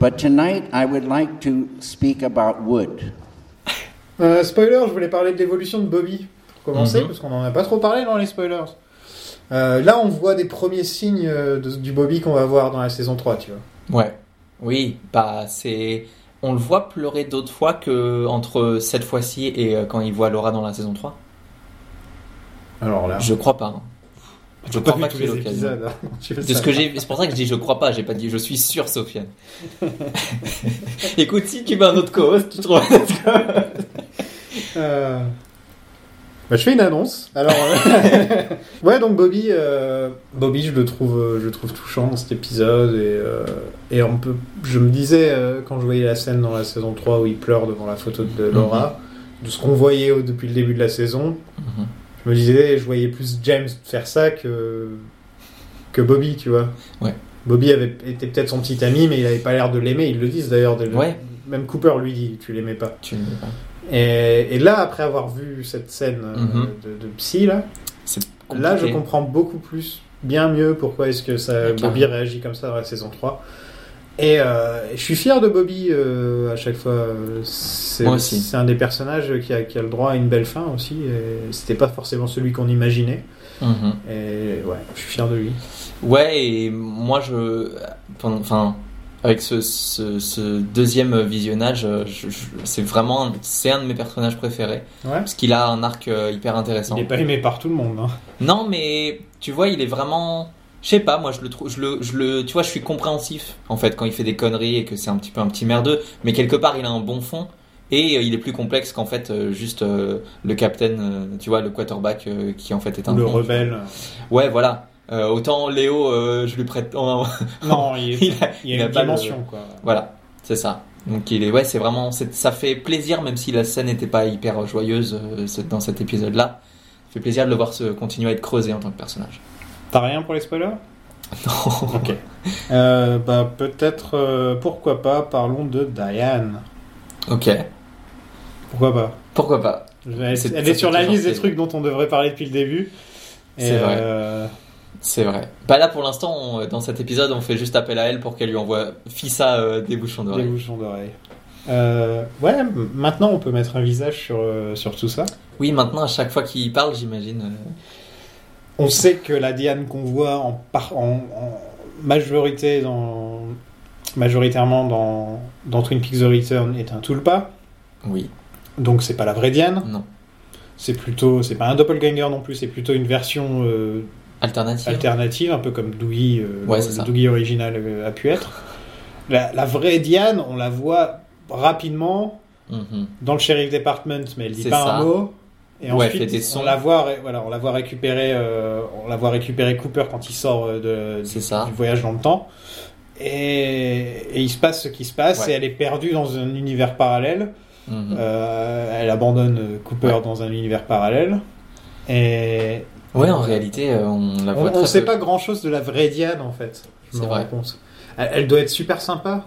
F: but tonight I would like to speak about wood.
B: Euh, spoiler, je voulais parler de l'évolution de Bobby pour commencer,
C: Mhm.
B: parce qu'on n'en a pas trop parlé dans les spoilers. Euh, là, on voit des premiers signes euh, de- du Bobby qu'on va voir dans la saison 3, tu vois.
C: Ouais. Oui, bah, c'est. On le voit pleurer d'autres fois que entre cette fois-ci et euh, quand il voit Laura dans la saison 3.
B: Alors là,
C: Je crois pas. hein. Je
B: pas
C: crois
B: vu
C: pas
B: tous
C: qu'il y ait
B: les
C: l'occasion.
B: épisodes. hein. *laughs* Tu veux
C: De ce
B: savoir.
C: que j'ai, c'est pour ça que je dis je crois pas, j'ai pas dit je suis sûr Sofiane. *laughs* Écoute, si tu veux un autre co-host, tu trouves un autre co-host.
B: Euh, bah, je fais une annonce. Alors, euh, *laughs* ouais, donc Bobby, euh, Bobby, je le trouve, euh, je le trouve touchant dans cet épisode et, euh, et on peut, je me disais euh, quand je voyais la scène dans la saison 3 où il pleure devant la photo de Laura, de ce qu'on voyait au- depuis le début de la saison,
C: Mhm.
B: je me disais, je voyais plus James faire ça que que Bobby, tu vois.
C: Ouais.
B: Bobby avait était peut-être son petit ami, mais il avait pas l'air de l'aimer. Ils le disent d'ailleurs. dès le-
C: Ouais.
B: Même Cooper lui dit, tu l'aimais pas.
C: Tu me-
B: Et, et là, après avoir vu cette scène euh,
C: Mhm.
B: de, de psy, là,
C: C'est
B: là, je
C: compliqué.
B: comprends beaucoup plus, bien mieux, pourquoi est-ce que ça,
C: Ouais, clairement.
B: Bobby réagit comme ça dans la saison 3. Et euh, je suis fier de Bobby euh, à chaque fois. euh, C'est
C: Moi aussi.
B: c'est un des personnages qui a, qui a le droit à une belle fin aussi. et C'était pas forcément celui qu'on imaginait.
C: Mhm.
B: Et ouais, je suis fier de lui.
C: Ouais, et moi, je. pendant- Enfin, avec ce, ce- ce deuxième visionnage, euh, je- je- c'est vraiment. un- C'est un de mes personnages préférés.
B: Ouais.
C: Parce qu'il a un arc euh, hyper
B: Il
C: intéressant.
B: n'est pas aimé par tout le monde. hein.
C: Non, mais tu vois, il est vraiment. Je sais pas, moi je le trouve, je le, je le, tu vois, je suis compréhensif en fait quand il fait des conneries et que c'est un petit peu un petit merdeux, mais quelque part il a un bon fond et euh, il est plus complexe qu'en fait euh, juste euh, le captain, euh, tu vois, le quarterback euh, qui en fait est un
B: Le
C: con.
B: rebelle.
C: Ouais, voilà. Euh, autant Léo, euh, je lui prête. Non, *laughs*
B: Non, *laughs* il, est-
C: a-
B: il y a
C: il a
B: une
C: pas le-
B: dimension, quoi.
C: Voilà, c'est ça. Donc il est ouais, c'est vraiment c'est- ça fait plaisir même si la scène n'était pas hyper joyeuse euh, c'est- dans cet épisode-là. Ça fait plaisir de le voir se continuer à être creusé en tant que personnage. *laughs*
B: T'as rien pour les spoilers
C: Non.
B: Ok. Euh, bah, peut-être, euh, pourquoi pas, parlons de Diane.
C: OK.
B: Pourquoi pas
C: Pourquoi pas
B: Elle elle
C: C'est-
B: est,
C: ça fait
B: sur la
C: toujours
B: liste des
C: plaisir.
B: trucs dont on devrait parler depuis le début. Et,
C: C'est vrai.
B: euh,
C: C'est vrai. Bah là pour l'instant, on- dans cet épisode, on fait juste appel à elle pour qu'elle lui envoie Fissa euh, des bouchons
B: Des
C: d'oreilles.
B: bouchons d'oreille. Euh, ouais, m- maintenant on peut mettre un visage sur, euh, sur tout ça.
C: Oui, maintenant à chaque fois qu'il parle, j'imagine euh,
B: On sait que la Diane qu'on voit en, par- en, en majorité dans, majoritairement dans, dans Twin Peaks The Return est un Tulpa,
C: oui,
B: donc c'est pas la vraie Diane.
C: non.
B: C'est plutôt, c'est pas un doppelganger non plus, c'est plutôt une version euh,
C: Alternative.
B: alternative, un peu comme Dougie, euh,
C: Ouais,
B: le-
C: c'est
B: le
C: ça.
B: Dougie original euh, a pu être. La, la vraie Diane, on la voit rapidement
C: Mhm.
B: dans le sheriff department, mais elle dit
C: C'est
B: pas
C: ça.
B: un mot. Et
C: Ouais,
B: ensuite,
C: elle fait des sons.
B: on la voit, ré- voilà, on la voit récupérer, euh, on la voit récupérer Cooper quand il sort euh, de,
C: C'est
B: du,
C: ça.
B: du voyage dans le temps. Et, et il se passe ce qui se passe,
C: Ouais.
B: et elle est perdue dans un univers parallèle.
C: Mhm.
B: Euh, elle abandonne euh, Cooper
C: Ouais.
B: dans un univers parallèle. Et
C: Ouais, en réalité, euh, on la
B: on
C: voit
B: ne
C: très
B: sait
C: peu.
B: pas grand chose de la vraie Diane en fait. Je
C: C'est
B: me
C: vrai.
B: rends compte. Elle, elle doit être super sympa.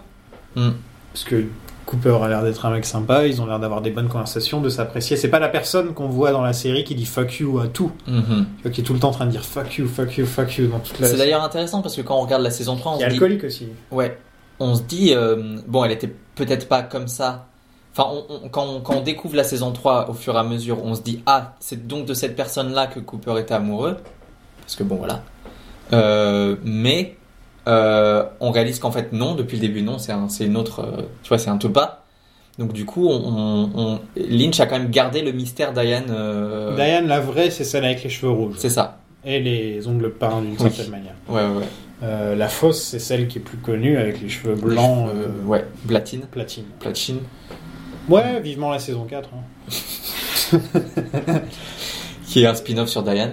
C: Hmm.
B: Parce que Cooper a l'air d'être un mec sympa, ils ont l'air d'avoir des bonnes conversations, de s'apprécier. C'est pas la personne qu'on voit dans la série qui dit fuck you à tout.
C: Mhm.
B: Tu vois, Qui est tout le temps en train de dire fuck you, fuck you, fuck you dans toute la
C: C'est d'ailleurs intéressant parce que quand on regarde la saison 3, on
B: Qui est
C: se dit,
B: alcoolique aussi.
C: ouais, on se dit euh, bon, elle était peut-être pas comme ça. Enfin, on- on- quand, on, quand on découvre la saison 3 au fur et à mesure, on se dit ah, c'est donc de cette personne-là que Cooper était amoureux. Parce que bon, voilà. Euh, mais euh, on réalise qu'en fait, non, depuis le début, non, c'est un, c'est une autre. euh, tu vois, c'est un topa. Donc du coup, on, on- on- Lynch a quand même gardé le mystère Diane. euh,
B: Diane, la vraie, c'est celle avec les cheveux rouges.
C: C'est ça.
B: Et les ongles peints d'une
C: Oui.
B: certaine manière.
C: Ouais, ouais, ouais.
B: Euh, la fausse, c'est celle qui est plus connue avec les cheveux blancs,
C: Euh,
B: euh,
C: ouais, platine.
B: platine.
C: Platine.
B: Ouais, vivement la saison 4. hein.
C: qui est un spin-off sur Diane.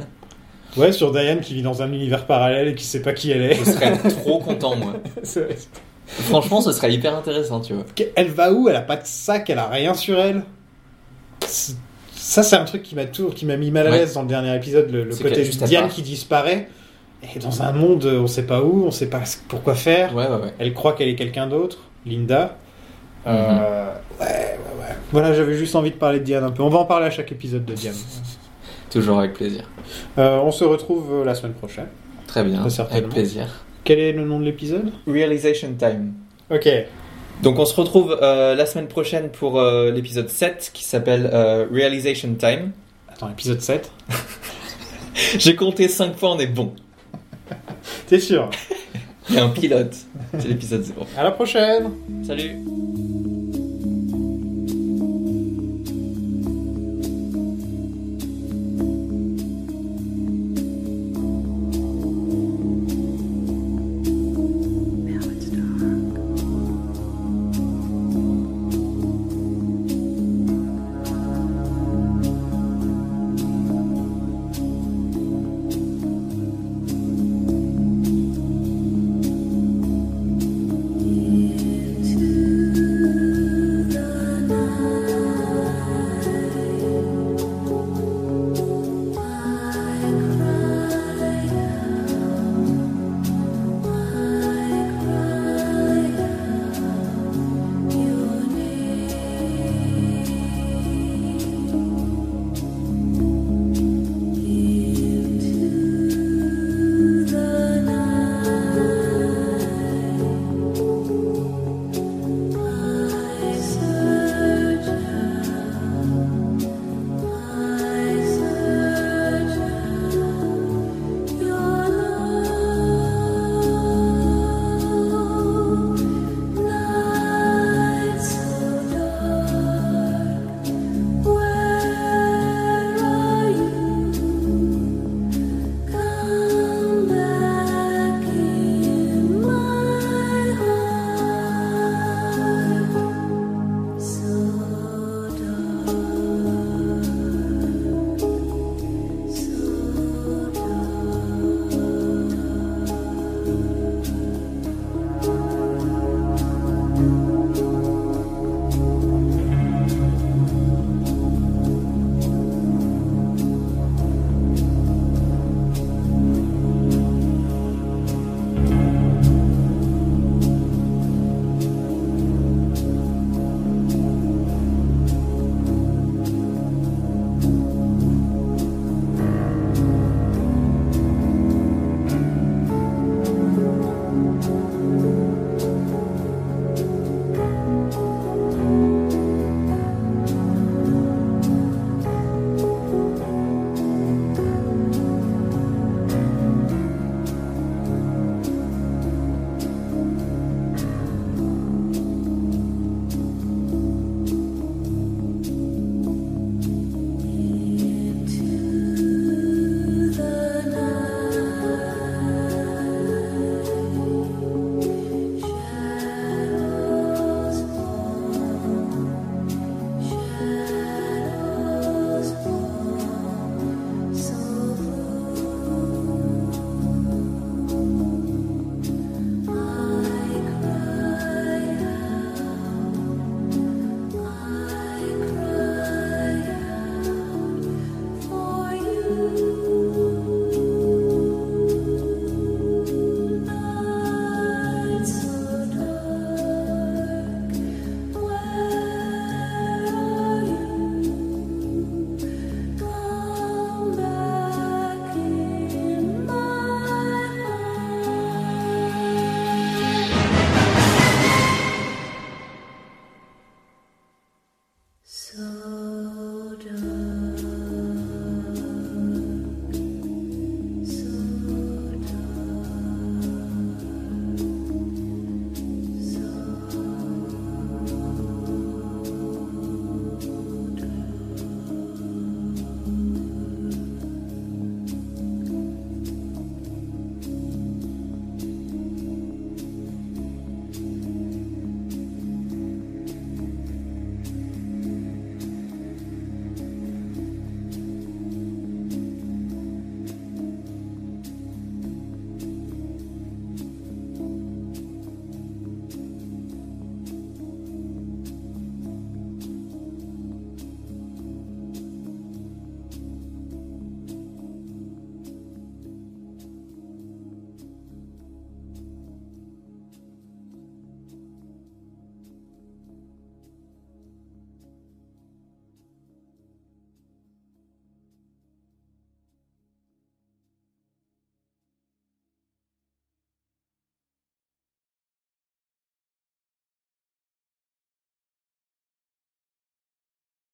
B: Ouais, sur Diane qui vit dans un univers parallèle et qui sait pas qui elle est.
C: Je serais trop content, moi.
B: *laughs* C'est-
C: Franchement, ce serait hyper intéressant, tu vois.
B: Elle va où Elle a pas de sac, elle a rien sur elle. C'est- Ça, c'est un truc qui m'a tout, qui m'a mis mal à
C: Ouais.
B: l'aise dans le dernier épisode, le, le
C: C'est
B: côté
C: qu'elle-
B: de
C: juste elle
B: Diane
C: part.
B: qui disparaît. Et dans un monde, euh, on sait pas où, on sait pas ce- pourquoi faire.
C: Ouais, ouais, ouais.
B: Elle croit qu'elle est quelqu'un d'autre, Linda.
C: Mhm.
B: Euh, ouais, ouais, ouais. Voilà, j'avais juste envie de parler de Diane un peu. On va en parler à chaque épisode de Diane.
C: Toujours avec plaisir.
B: Euh, on se retrouve euh, la semaine prochaine.
C: Très bien.
B: Très certainement.
C: Avec plaisir.
B: Quel est le nom de l'épisode
C: Realization Time.
B: Ok.
C: Donc, on se retrouve euh, la semaine prochaine pour euh, l'épisode 7 qui s'appelle euh, Realization Time.
B: Attends, épisode 7.
C: J'ai compté 5 fois, on est bon.
B: T'es sûr
C: Il y a un pilote. C'est l'épisode 0.
B: À la prochaine
C: Salut!